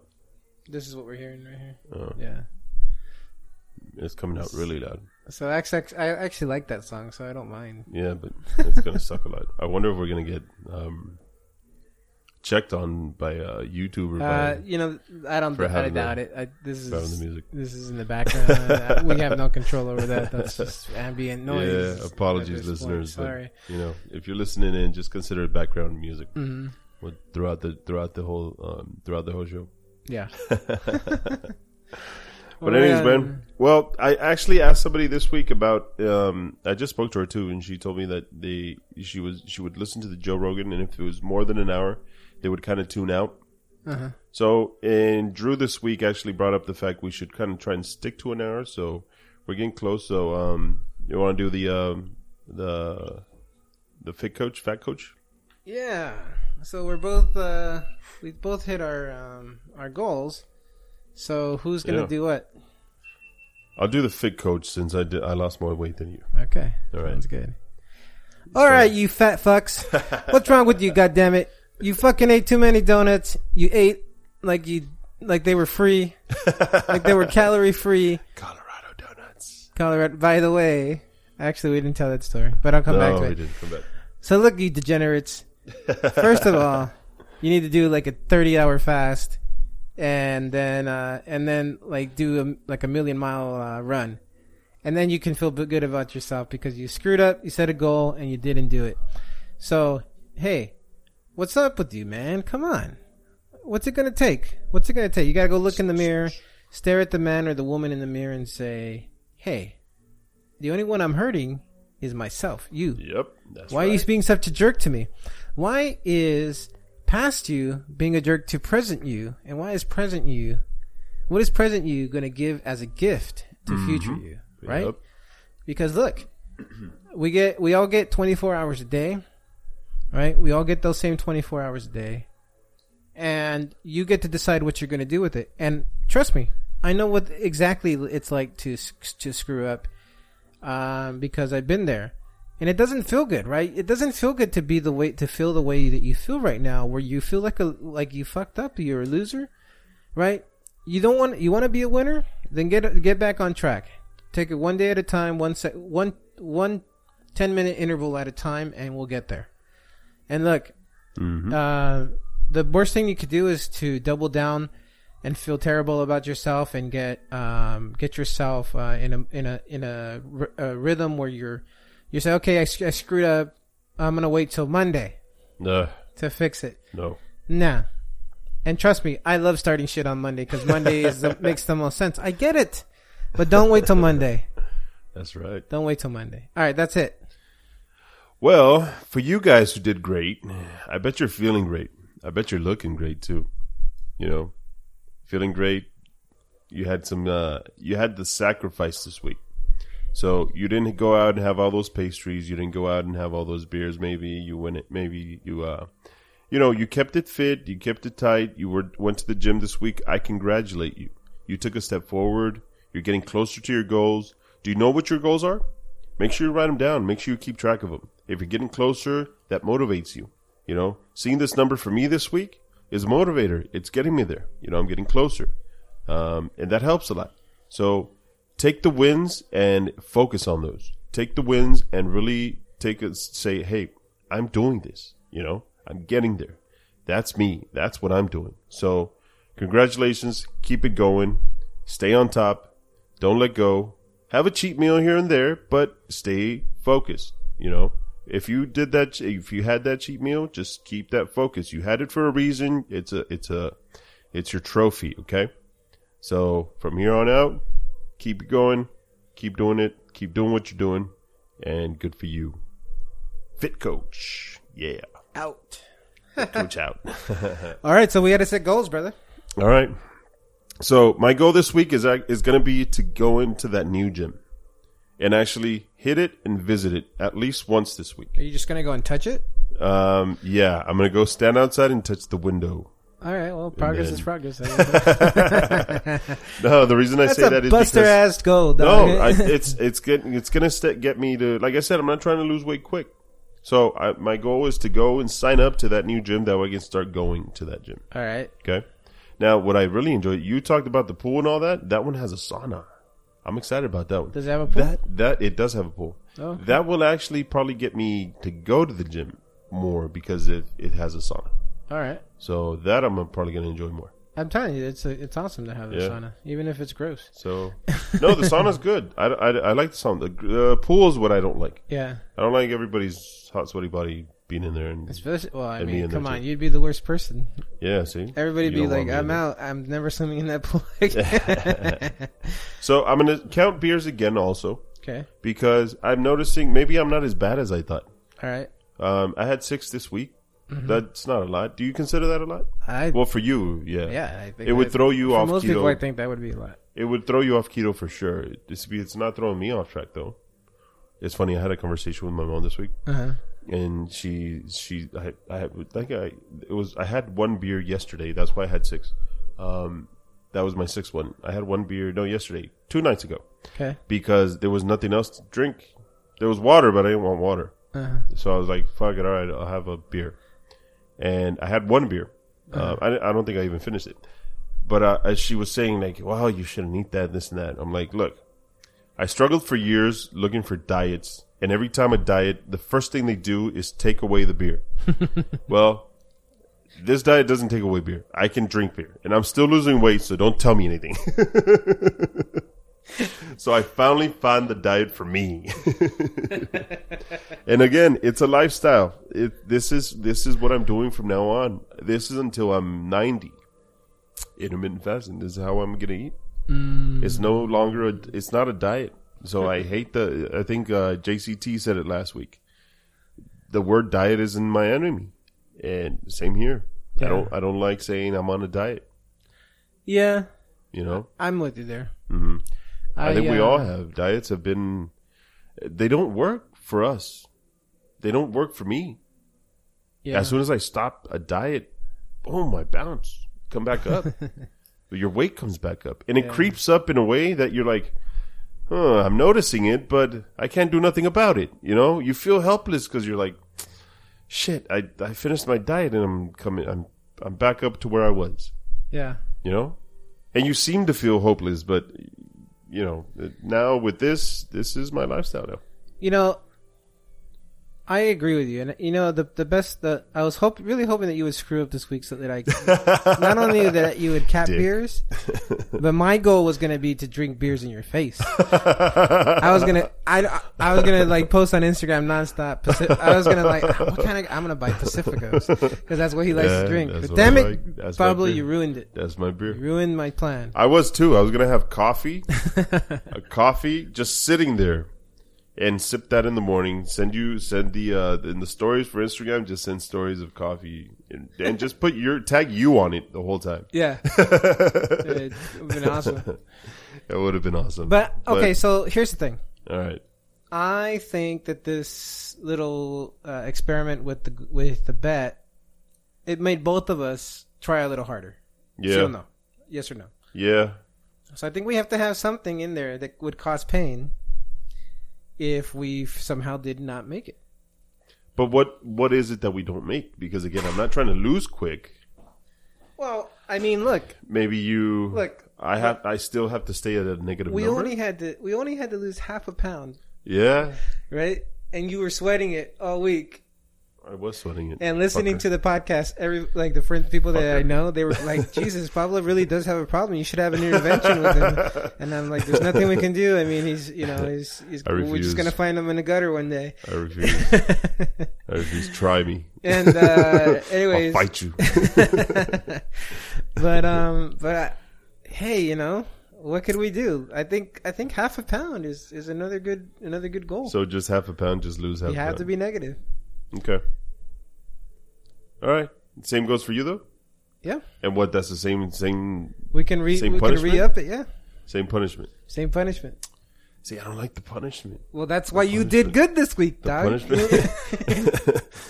B: This is what we're hearing right here.
A: Uh,
B: Yeah.
A: It's coming out really loud.
B: So XX, I actually like that song, so I don't mind.
A: Yeah, but it's gonna suck a lot. I wonder if we're gonna get um, checked on by a YouTuber.
B: Uh,
A: by
B: you know, I don't.
A: For
B: I
A: having
B: doubt
A: the-
B: it. I, this is
A: having the music.
B: this is in the background. we have no control over that. That's just ambient noise.
A: yeah,
B: at
A: apologies,
B: this point.
A: listeners. but,
B: Sorry.
A: you know, if you're listening in, just consider it background music
B: Mhm.
A: with- throughout the throughout the whole um, throughout the whole show.
B: Yeah.
A: But
B: Oh,
A: anyways, man. Well, I actually asked somebody this week about. Um, I just spoke to her too, and she told me that they she was she would listen to the Joe Rogan, and if it was more than an hour, they would kind of tune out.
B: Uh-huh.
A: So, and Drew this week actually brought up the fact we should kind of try and stick to an hour. So we're getting close. So, um, you want to do the um, the the fit coach, fat coach?
B: Yeah. So we're both uh, we both hit our um, our goals. So who's gonna
A: Yeah.
B: do what?
A: I'll do the fit coach since I did, I lost more weight than you.
B: Okay.
A: All right.
B: Sounds good. All right, you fat fucks. What's wrong with you? Goddamn it! You fucking ate too many donuts. You ate like you like they were free, like they were calorie free.
A: Colorado donuts.
B: Colorado. By the way, actually, we didn't tell that story, but I'll come back
A: no,
B: to
A: we
B: it.
A: didn't come back.
B: So look, you degenerates. First of all, you need to do like a thirty-hour fast, and then uh, and then like do a, like a million-mile uh, run, and then you can feel b- good about yourself because you screwed up, you set a goal, and you didn't do it. So hey, what's up with you, man? Come on, what's it gonna take? What's it gonna take? You gotta go look in the mirror, stare at the man or the woman in the mirror, and say, "Hey, the only one I'm hurting is myself. You."
A: Yep. That's
B: Why
A: right.
B: are you being such a jerk to me? Why is past you being a jerk to present you? And why is present you, what is present you going to give as a gift to future you? Right?
A: Mm-hmm. Yep.
B: Because look, we get, we all get 24 hours a day, right? We all get those same 24 hours a day. And you get to decide what you're going to do with it. And trust me, I know what exactly it's like to, s- to screw up um, because I've been there, and it doesn't feel good, right? It doesn't feel good to be the way to feel the way that you feel right now, where you feel like a like you fucked up, you're a loser, right? You don't want you want to be a winner, then get get back on track. Take it one day at a time, one sec, one one ten minute interval at a time, and we'll get there. And look, uh, the worst thing you could do is to double down and feel terrible about yourself and get um, get yourself uh, in a in a in a, r- a rhythm where you're you say okay I, sc- I screwed up I'm gonna wait till Monday
A: Nah,
B: to fix it
A: no.
B: nah and trust me I love starting shit on Monday because Monday is the, makes the most sense I get it but don't wait till Monday
A: That's right.
B: don't wait till Monday all right that's it
A: Well, for you guys who did great, I bet you're feeling great. I bet you're looking great too. You know, feeling great. You had some. Uh, you had the sacrifice this week, so you didn't go out and have all those pastries. You didn't go out and have all those beers. Maybe you went. Maybe you. Uh, you know, you kept it fit. You kept it tight. You were went to the gym this week. I congratulate you. You took a step forward. You're getting closer to your goals. Do you know what your goals are? make sure you write them down. Make sure you keep track of them. If you're getting closer, that motivates you. You know, seeing this number for me this week is a motivator. It's getting me there. You know, I'm getting closer. Um, and that helps a lot. So take the wins and focus on those. Take the wins and really take a say, hey, I'm doing this. You know, I'm getting there. That's me. That's what I'm doing. So congratulations. Keep it going. Stay on top. Don't let go. Have a cheat meal here and there, but stay focused. You know, if you did that, if you had that cheat meal, just keep that focus. You had it for a reason. It's a, it's a, it's your trophy. Okay. So from here on out, keep it going, keep doing it, keep doing what you're doing, and good for you. Fit coach. Yeah.
B: out
A: Coach out.
B: all right so we had to set goals brother
A: All right. So my goal this week is is going to be to go into that new gym and actually hit it and visit it at least once this week.
B: are you just gonna go and touch it
A: Um, yeah, I'm going to go stand outside and touch the window.
B: all right well progress
A: then-
B: is progress I guess.
A: No, the reason I
B: That's
A: say
B: a
A: that is
B: buster
A: because
B: ass goal. Dog.
A: no, I, it's it's getting it's going to st- get me to like I said, I'm not trying to lose weight quick. So I, my goal is to go and sign up to that new gym. That way I can start going to that gym.
B: All right.
A: Okay. Now, what I really enjoy, you talked about the pool and all that. That one has a sauna. I'm excited about that one.
B: Does it have a pool?
A: That that it does have a pool.
B: Oh, okay.
A: That will actually probably get me to go to the gym more because it it has a sauna.
B: All right.
A: So that I'm probably gonna enjoy more.
B: I'm telling you, it's a, it's awesome to have the
A: Yeah.
B: sauna, even if it's gross.
A: So no, the sauna's good. I, I, I like the sauna. The uh, pool is what I don't like.
B: Yeah.
A: I don't like everybody's hot sweaty body being in there. And
B: Especially, well, I
A: And me
B: mean,
A: in there
B: come on,
A: too.
B: you'd be the worst person.
A: yeah, see,
B: Everybody'd
A: You
B: be like,
A: don't want me
B: "I'm
A: in there.
B: out. I'm never swimming in that pool." again."
A: So I'm gonna count beers again also
B: okay.
A: because I'm noticing maybe I'm not as bad as I thought.
B: All right.
A: Um, I had six this week.
B: Mm-hmm.
A: That's not a lot. Do you consider that a lot?
B: I
A: Well, for you, yeah.
B: yeah. I think
A: It would
B: that-
A: throw you
B: for
A: off
B: Most
A: keto.
B: people, I think that would be a lot.
A: It would throw you off keto for sure. It's, it's not throwing me off track though. It's funny. I had a conversation with my mom this week,
B: Uh-huh.
A: and she she I I think I it was I had one beer yesterday. That's why I had six. Um, that was my sixth one. I had one beer no yesterday, two nights ago,
B: Okay.
A: because there was nothing else to drink. There was water, but I didn't want water.
B: Uh-huh.
A: So I was like, fuck it, all right, I'll have a beer. And I had one beer. Uh, I, I don't think I even finished it. But uh, as she was saying, like, wow, you shouldn't eat that, this and that. I'm like, look, I struggled for years looking for diets. And every time a diet, the first thing they do is take away the beer. well, this diet doesn't take away beer. I can drink beer. And I'm still losing weight, so don't tell me anything. so I finally found the diet for me. And again, it's a lifestyle. It, this is this is what I'm doing from now on. This is until I'm 90. Intermittent fasting. This is how I'm gonna eat.
B: Mm,
A: It's no longer a. It's not a diet. So I hate the. I think uh, JCT said it last week. The word diet is in my enemy, and same here. I don't. I don't like saying I'm on a diet.
B: Yeah,
A: You know.
B: I'm with you there.
A: Mhm. I, think we
B: uh,
A: all have. Diets have been. They don't work for us. They don't work for me.
B: Yeah.
A: As soon as I stop a diet, boom, my bounce come back up. Your weight comes back up, and it
B: Yeah.
A: creeps up in a way that you're like, "Huh, I'm noticing it, but I can't do nothing about it." You know, you feel helpless because you're like, "Shit, I I finished my diet and I'm coming, I'm I'm back up to where I was."
B: yeah.
A: You know, and you seem to feel hopeless, but you know now with this, this is my lifestyle now.
B: You know, I agree with you, and you know the the best. The I was hope really hoping that you would screw up this week so that I not only that you would cap
A: Dick.
B: beers, but my goal was going to be to drink beers in your face. I was gonna, I, I was gonna like post on Instagram nonstop. Paci- I was gonna like, what kind of? I'm gonna buy Pacificos because that's what he likes to
A: Yeah,
B: drink.
A: that's
B: But
A: what I
B: damn
A: like.
B: it,
A: That's my
B: Pablo,
A: beer.
B: you ruined it.
A: That's my beer.
B: You ruined my plan.
A: I was too. I was gonna have coffee, a coffee, just sitting there, and sip that in the morning. Send you send the uh, in the stories for Instagram. Just send stories of coffee and, and just put your tag you on it the whole time.
B: yeah, it's been awesome.
A: That would have been awesome.
B: But okay, so here's the thing.
A: all right,
B: I think that this little uh, experiment with the with the bet, it made both of us try a little harder.
A: yeah,
B: Yes or no? Yes or no?
A: yeah,
B: So I think we have to have something in there that would cause pain if we f- somehow did not make it.
A: but what what is it that we don't make? Because again, I'm not trying to lose quick.
B: Well, I mean, look,
A: Maybe you
B: Look.
A: I have. I still have to stay at a negative
B: we
A: number.
B: only had to we only had to lose half a pound,
A: yeah,
B: right? And you were sweating it all week
A: I was sweating it
B: and listening
A: Fucker.
B: to the podcast. Every like the friends, people that I
A: Fucker.
B: know, they were like, "Jesus, Pablo really does have a problem. You should have an intervention with him." And I'm like, "There's nothing we can do. I mean, he's you know he's, he's
A: I
B: we're
A: refuse.
B: just gonna find him in the gutter one day."
A: I refuse. I refuse. Try me.
B: and uh, anyways,
A: I'll fight you.
B: but um, but I, hey, you know what could we do? I think I think half a pound is is another good another good goal.
A: so just half a pound, just lose half.
B: you
A: a
B: have
A: pound.
B: to be negative.
A: Okay. All right. Same goes for you though.
B: Yeah,
A: And what? That's the same same
B: we can re
A: Same
B: we
A: punishment?
B: can re up it. Yeah,
A: same punishment.
B: same punishment.
A: See, I don't like the punishment.
B: Well, that's why you did good this week,
A: The
B: dog.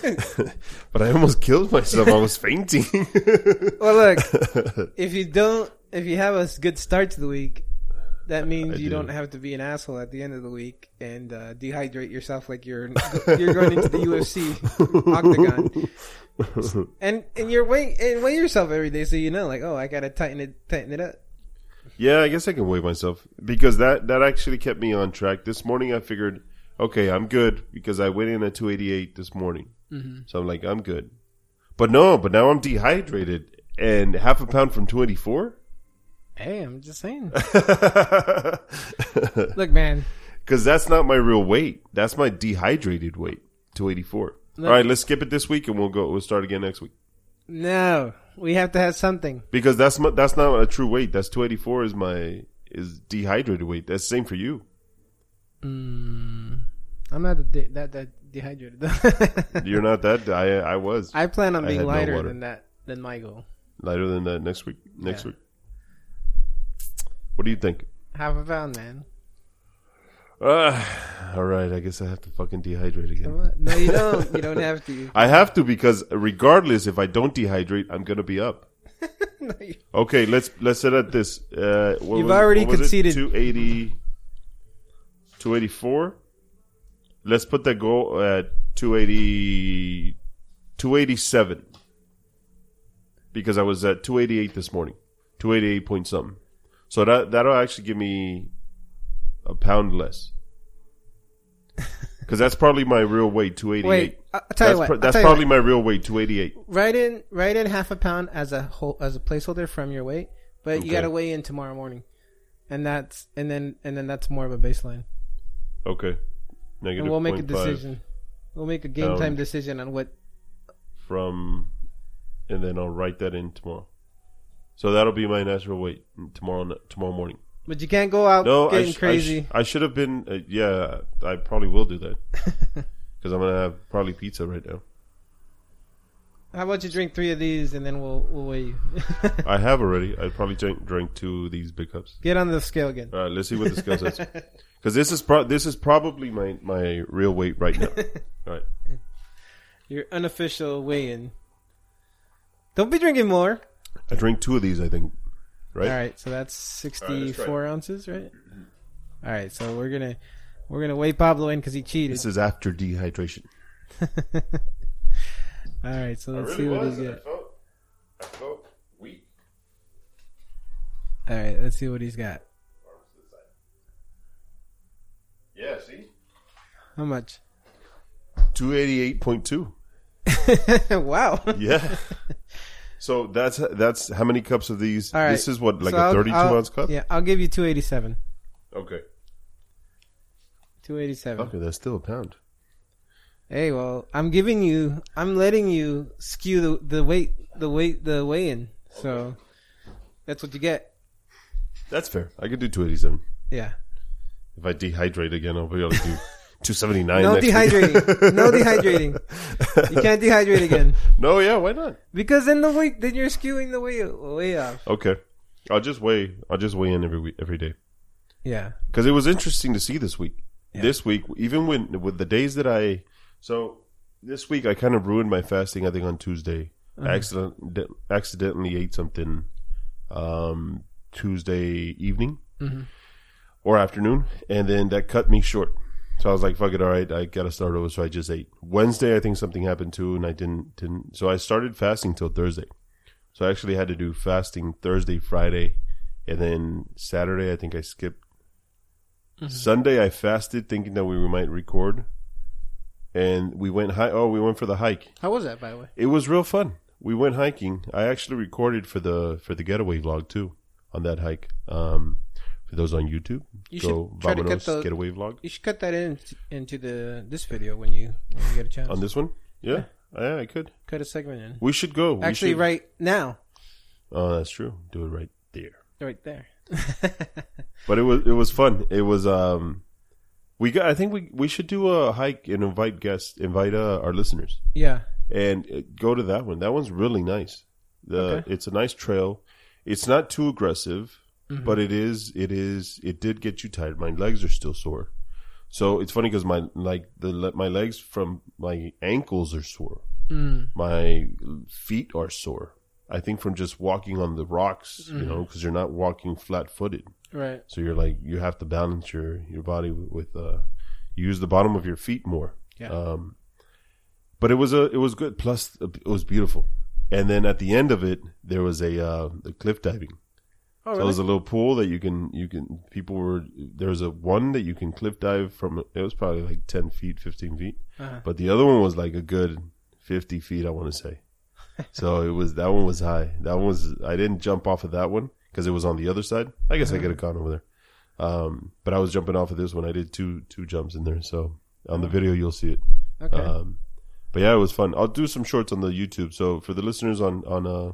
A: punishment. but I almost killed myself. I was fainting.
B: well, look, if you don't, if you have a s- good start to the week. That means you
A: do.
B: don't have to be an asshole at the end of the week and uh, dehydrate yourself like you're you're going into the UFC octagon. and and you're weighing and weigh yourself every day so you know like oh I gotta tighten it tighten it up.
A: yeah, I guess I can weigh myself because that that actually kept me on track. This morning, I figured, okay, I'm good because I went in at 288 this morning. So I'm like, I'm good. But no, but now I'm dehydrated and half a pound from 24?
B: Hey, I'm just saying.
A: Because
B: Look, man,
A: that's not my real weight. That's my dehydrated weight, 284.
B: No.
A: All right, let's skip it this week and we'll go, we'll start again next week.
B: no, we have to have something.
A: Because that's my, that's not a true weight. That's 284 is my, is dehydrated weight. That's the same for you.
B: Mm, I'm not a de- that that dehydrated.
A: You're not that. I, I was
B: I plan on
A: I
B: being
A: had no
B: lighter
A: water.
B: than that than my goal.
A: lighter than that next week. Next
B: Yeah.
A: week. What do you think?
B: Half a pound, man.
A: Uh, all right, I guess I have to fucking dehydrate
B: Come on.
A: again.
B: No, you don't. You don't have to.
A: I have to because regardless if I don't dehydrate, I'm gonna be up.
B: No, you-
A: Okay, let's let's set at this. Uh, what
B: You've
A: was-
B: already
A: what was it?
B: conceded.
A: 280, 284. Let's put that goal at 280, 287. Because I was at 288 this morning. 288 point something. So that, that'll actually give me a pound less. Because that's probably my real weight, 288.
B: Wait, I- I'll tell
A: that's
B: you what.
A: pr-
B: I'll
A: that's
B: tell you
A: probably my real weight, 288.
B: what. write in write in half a pound as a whole as a placeholder from your weight, but you
A: Okay.
B: got to weigh in tomorrow morning, and that's and then and then that's more of a baseline,
A: Okay. Negative
B: and we'll make a
A: 0.5.
B: decision. We'll make a game
A: Pound.
B: time decision on what.
A: from, and then I'll write that in tomorrow. So that'll be my natural weight tomorrow n- tomorrow morning.
B: But you can't go out
A: No, I,
B: getting
A: sh- I,
B: crazy.
A: sh- I should have been. Uh, yeah, I probably will do that because I'm gonna have probably pizza right now.
B: How about you drink three of these and then we'll we'll weigh you.
A: I have already. I probably drank drank two of these big cups.
B: Get on the scale again.
A: All right, let's see what the scale says. Because this is pro- this is probably my my real weight right now. All right,
B: Your unofficial weigh-in. Don't be drinking more.
A: I drank two of these. I think. Right.
B: All right, so that's
A: All right, let's
B: sixty-four
A: try
B: ounces, right? All right, so we're gonna we're gonna weigh Pablo in because he cheated.
A: This is after dehydration.
B: All right, so let's see what he's got.
A: felt, I felt weak.
B: All right, let's see what he's got.
A: Yeah. See.
B: How much?
A: 288.2
B: wow.
A: yeah so that's that's how many cups of these
B: All right.
A: this is what like
B: So
A: a
B: I'll-
A: 32
B: I'll-
A: ounce cup
B: Yeah, I'll give you two eighty-seven.
A: okay
B: Two eighty-seven.
A: okay that's still a pound
B: Hey, well, I'm giving you, I'm letting you skew the the weight, the weight, the weigh in. So that's what you get.
A: that's fair i could do 287
B: Yeah.
A: if i dehydrate again i'll be able to do 279
B: No
A: next week.
B: dehydrating. No dehydrating. You can't dehydrate again
A: no yeah why not
B: because then the weight, then you're skewing the weight way off.
A: okay i'll just weigh i'll just weigh in every week every day
B: Yeah.
A: because it was interesting to see this week.
B: Yeah.
A: This week, even when with the days that I so this week I kind of ruined my fasting. I think on Tuesday, I accident, accidentally ate something um, Tuesday evening
B: Mhm.
A: or afternoon, and then that cut me short. So I was like, "Fuck it, all right, I gotta start over." So I just ate Wednesday. I think something happened too, and I didn't didn't. So I started fasting till Thursday. So I actually had to do fasting Thursday, Friday, and then Saturday. I think I skipped Sunday I fasted thinking that we might record, and we went hi- Oh, we went for the hike.
B: How was that, by the way?
A: It was real fun. We went hiking. I actually recorded for the for the getaway vlog too on that hike. Um, for those on YouTube,
B: You
A: go
B: should try to cut
A: Vamonos
B: the-
A: getaway vlog
B: You should cut that in into the this video when you when you get a chance.
A: on this one. Yeah, Oh, yeah, I could.
B: cut a segment in.
A: We should go. We
B: Actually,
A: should-
B: right now,
A: Oh, that's true. Do it right there.
B: right there.
A: But it was it was fun. It was um, we got. I think we we should do a hike and invite guests, invite uh, our listeners.
B: yeah.
A: and uh, go to that one. That one's really nice. The
B: Okay.
A: it's a nice trail. It's not too aggressive,
B: Mm-hmm.
A: but it is it is it did get you tired. My legs are still sore. So it's funny because my like the le- my legs from my ankles are sore.
B: Mm.
A: My feet are sore. I think from just walking on the rocks, you
B: Mm-hmm.
A: know, because you're not walking flat footed.
B: Right.
A: So you're like you have to balance your your body with uh, use the bottom of your feet more.
B: Yeah.
A: Um, but it was a it was good. Plus uh, it was beautiful. And then at the end of it, there was a uh, the cliff diving.
B: Oh,
A: So
B: really?
A: it was a little pool that you can you can people were there was a one that you can cliff dive from. It was probably like ten feet, fifteen feet.
B: Uh-huh.
A: But the other one was like a good fifty feet, I want to say. so it was that one was high. That one was I didn't jump off of that one because it was on the other side. I guess I could have gone over there. Um, but I was jumping off of this one. I did two two jumps in there. So on the video you'll see it.
B: Okay.
A: Um, but yeah, it was fun. I'll do some shorts on the YouTube. So for the listeners on on uh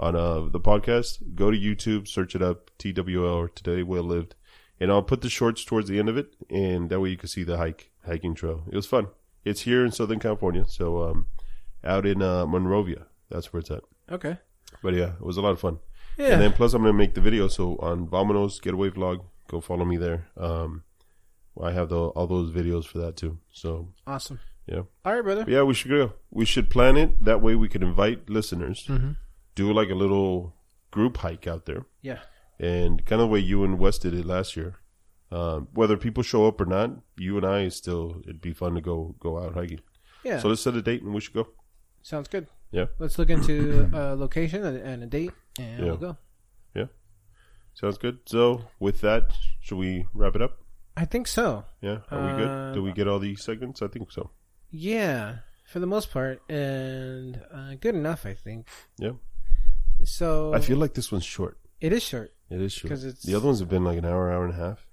A: on uh the podcast, go to YouTube, search it up, TWL or Today Well Lived, and I'll put the shorts towards the end of it, and that way you can see the hike hiking trail. It was fun. It's here in Southern California, so um, out in uh, Monrovia, that's where it's at.
B: okay.
A: But yeah, it was a lot of fun.
B: Yeah.
A: And then plus I'm gonna make the video. So on Vamanos Getaway Vlog, go follow me there. Um, I have the, all those videos for that too. So
B: awesome.
A: Yeah.
B: All right, brother.
A: but yeah, we should go. We should plan it that way. We could invite listeners,
B: Mhm.
A: do like a little group hike out there,
B: Yeah.
A: and kind of the way you and Wes did it last year. Um, whether people show up or not, you and I still it'd be fun to go go out hiking.
B: Yeah.
A: So let's set a date and we should go.
B: Sounds good.
A: Yeah.
B: Let's look into a location and, and a date, and
A: Yeah.
B: we'll go.
A: Sounds good. So with that, should we wrap it up?
B: I think so.
A: Yeah, are we
B: Uh,
A: good? Did we get all the segments? I think so.
B: Yeah, for the most part, and uh, good enough, I think.
A: Yeah.
B: So
A: I feel like this one's short.
B: it is short,
A: It is short.
B: 'Cause it's-
A: the other ones have been like an hour, hour and a half,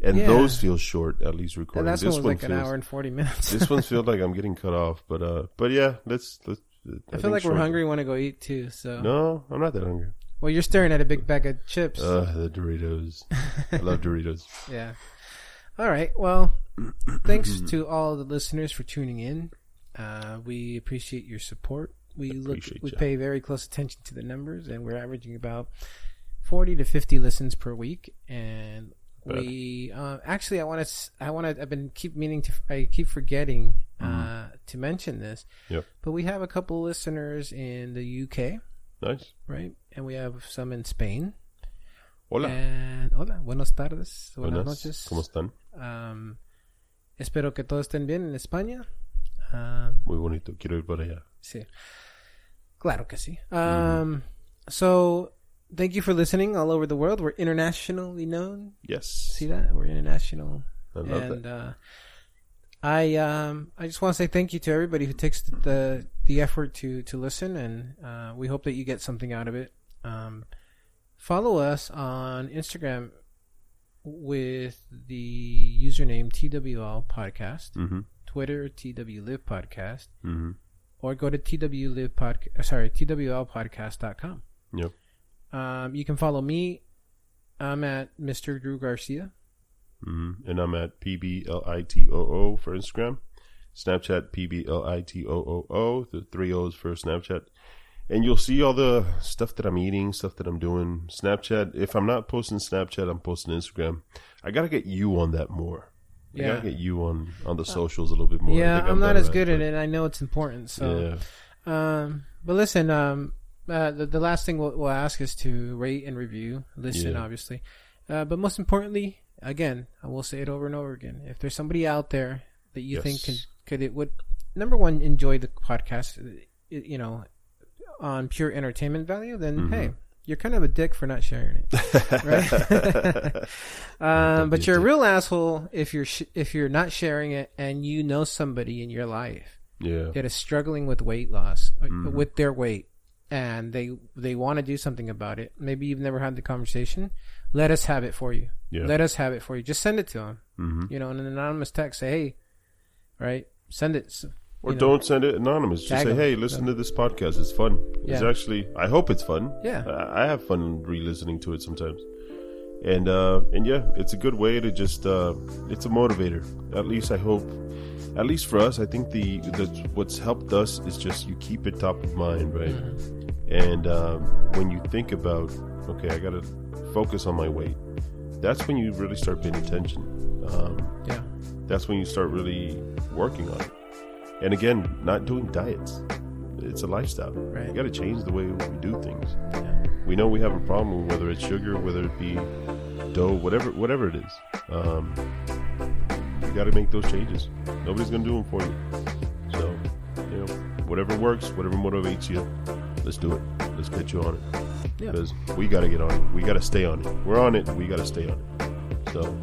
A: and
B: Yeah.
A: those feel short. At least
B: and
A: recording
B: that's
A: this
B: one was
A: one
B: like
A: feels.
B: an hour and forty minutes.
A: this one feels like I'm getting cut off, but uh, but yeah, let's let's.
B: I feel like
A: think
B: we're
A: short-
B: hungry, want to go eat too. So
A: No, I'm not that hungry.
B: well, you're staring at a big bag of chips.
A: Uh, the Doritos. I love Doritos.
B: yeah. All right. Well, thanks to all the listeners for tuning in. Uh, we appreciate your support. We look,
A: Appreciate
B: we
A: ya.
B: pay very close attention to the numbers, and we're averaging about forty to fifty listens per week. And
A: Bad.
B: we uh, actually, I want to, I want to, I've been keep meaning to, I keep forgetting uh, to mention this.
A: Mm-hmm. Yep.
B: But we have a couple listeners in the UK,
A: Nice.
B: right? And we have some in Spain.
A: Hola.
B: And hola, buenos tardes, Eh, buenas,
A: Buenas.
B: noches.
A: ¿Cómo están?
B: Um, espero que todos estén bien en España. Um,
A: Muy bonito. Quiero ir para allá.
B: sí. Claro que sí. Um, So, thank you for listening all over the world. We're internationally known.
A: Yes.
B: See that? We're international.
A: I love
B: and
A: that.
B: Uh, I um, I just want to say thank you to everybody who takes the the, the effort to to listen, and uh, we hope that you get something out of it. Um, follow us on Instagram with the username TWL Podcast,
A: Mm-hmm.
B: Twitter TW Live Podcast,
A: Mm-hmm.
B: or go to TW Live Podcast. Sorry, TWLpodcast.com.
A: Yep.
B: Um, you can follow me. I'm at Mr. Drew Garcia.
A: Mm-hmm. And I'm at PBLITOO for Instagram, Snapchat PBLITOOO, the three O's for Snapchat. And you'll see all the stuff that I'm eating, stuff that I'm doing. Snapchat, if I'm not posting Snapchat, I'm posting Instagram. I got to get you on that more. I
B: Yeah. Oh.
A: got to get you on, on the socials a little bit more. I
B: Yeah,
A: think
B: I'm not
A: better
B: as good
A: it,
B: at it. and I know it's important.
A: but-
B: So,
A: yeah.
B: um, but listen, um, uh, the, the last thing we'll, we'll ask is to rate and review, listen,
A: Yeah.
B: obviously, uh, but most importantly, again, I will say it over and over again: if there's somebody out there that you think
A: Yes.
B: can, could it would number one enjoy the podcast, uh, you know, on pure entertainment value, then
A: Mm-hmm.
B: hey, you're kind of a dick for not sharing it. Right? um,
A: be
B: but
A: a
B: you're a
A: dick.
B: real asshole if you're sh- if you're not sharing it and you know somebody in your life
A: Yeah.
B: that is struggling with weight loss uh,
A: Mm-hmm.
B: with their weight and they they want to do something about it maybe you've never had the conversation let us have it for you
A: Yeah.
B: let us have it for you just send it to them
A: Mhm.
B: you know in an anonymous text say hey right send it S-
A: Or
B: you know.
A: don't send it anonymous. Just
B: Tag
A: say,
B: them.
A: hey, listen to this podcast. It's fun. It's
B: Yeah.
A: actually, I hope it's fun.
B: Yeah.
A: I, I have fun re-listening to it sometimes. And uh, and yeah, it's a good way to just. Uh, it's a motivator. At least I hope. At least for us, I think the, the what's helped us is just you keep it top of mind, right?
B: Mm-hmm.
A: And um, when you think about, okay, I gotta focus on my weight. That's when you really start paying attention. Um,
B: yeah
A: that's when you start really working on it. And again, not doing diets. It's a lifestyle.
B: Right.
A: You got to change the way we do things.
B: yeah,
A: We know we have a problem, whether it's sugar, whether it be dough, whatever, whatever it is. Um, you got to make those changes. Nobody's gonna do them for you. So, you know, whatever works, whatever motivates you, let's do it. Let's get you on it
B: yeah.
A: because we got to get on it. We got to stay on it. We're on it. We got to stay on it. So,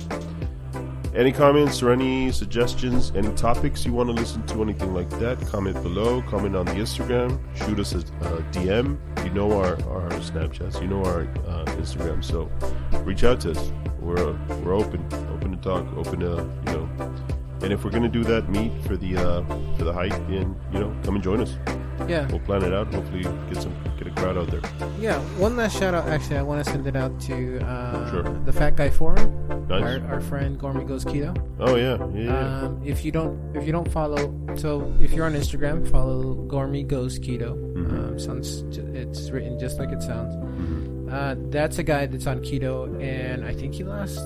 A: Any comments or any suggestions, any topics you want to listen to, anything like that, comment below, comment on the Instagram, shoot us a, uh DM. You know our, our Snapchats, you know our uh, Instagram, so reach out to us. We're, we're open, open to talk, open to, you know, and if we're going to do that, meet for the uh, for the hike, and, you know, come and join us.
B: Yeah.
A: We'll plan it out. Hopefully get some get a crowd out there.
B: Yeah, one last shout out. Actually, I want to send it out to uh,
A: Sure.
B: the Fat Guy Forum,
A: Nice.
B: our, our friend Gourmet Goes Keto.
A: Oh, yeah. Yeah. yeah.
B: Um, if you don't, if you don't follow, so if you're on Instagram, follow Gourmet Goes Keto.
A: Mhm.
B: Um, sounds, ju- it's written just like it sounds.
A: Mhm.
B: Uh, that's a guy that's on keto, and I think he lost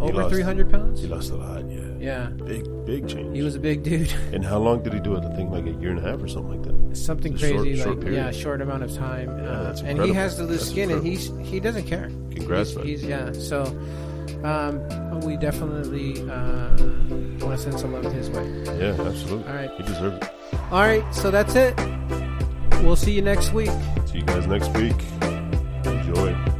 B: over
A: lost-
B: 300 pounds.
A: He lost a lot, yeah.
B: Yeah,
A: Big, big change.
B: he was a big dude.
A: And how long did he do it? I think like a year and a half or something like that.
B: Something
A: It's a short-
B: crazy,
A: short
B: like
A: period.
B: yeah, short amount of time. uh,
A: that's
B: and he
A: incredible.
B: has the loose
A: That's
B: skin, and he's he doesn't care.
A: Congrats, man.
B: He's, he's yeah. So, um, we definitely uh, want to send some love his way.
A: Yeah, absolutely.
B: All right.
A: He deserved it.
B: All right, so that's it. We'll see you next week.
A: See you guys next week. Enjoy.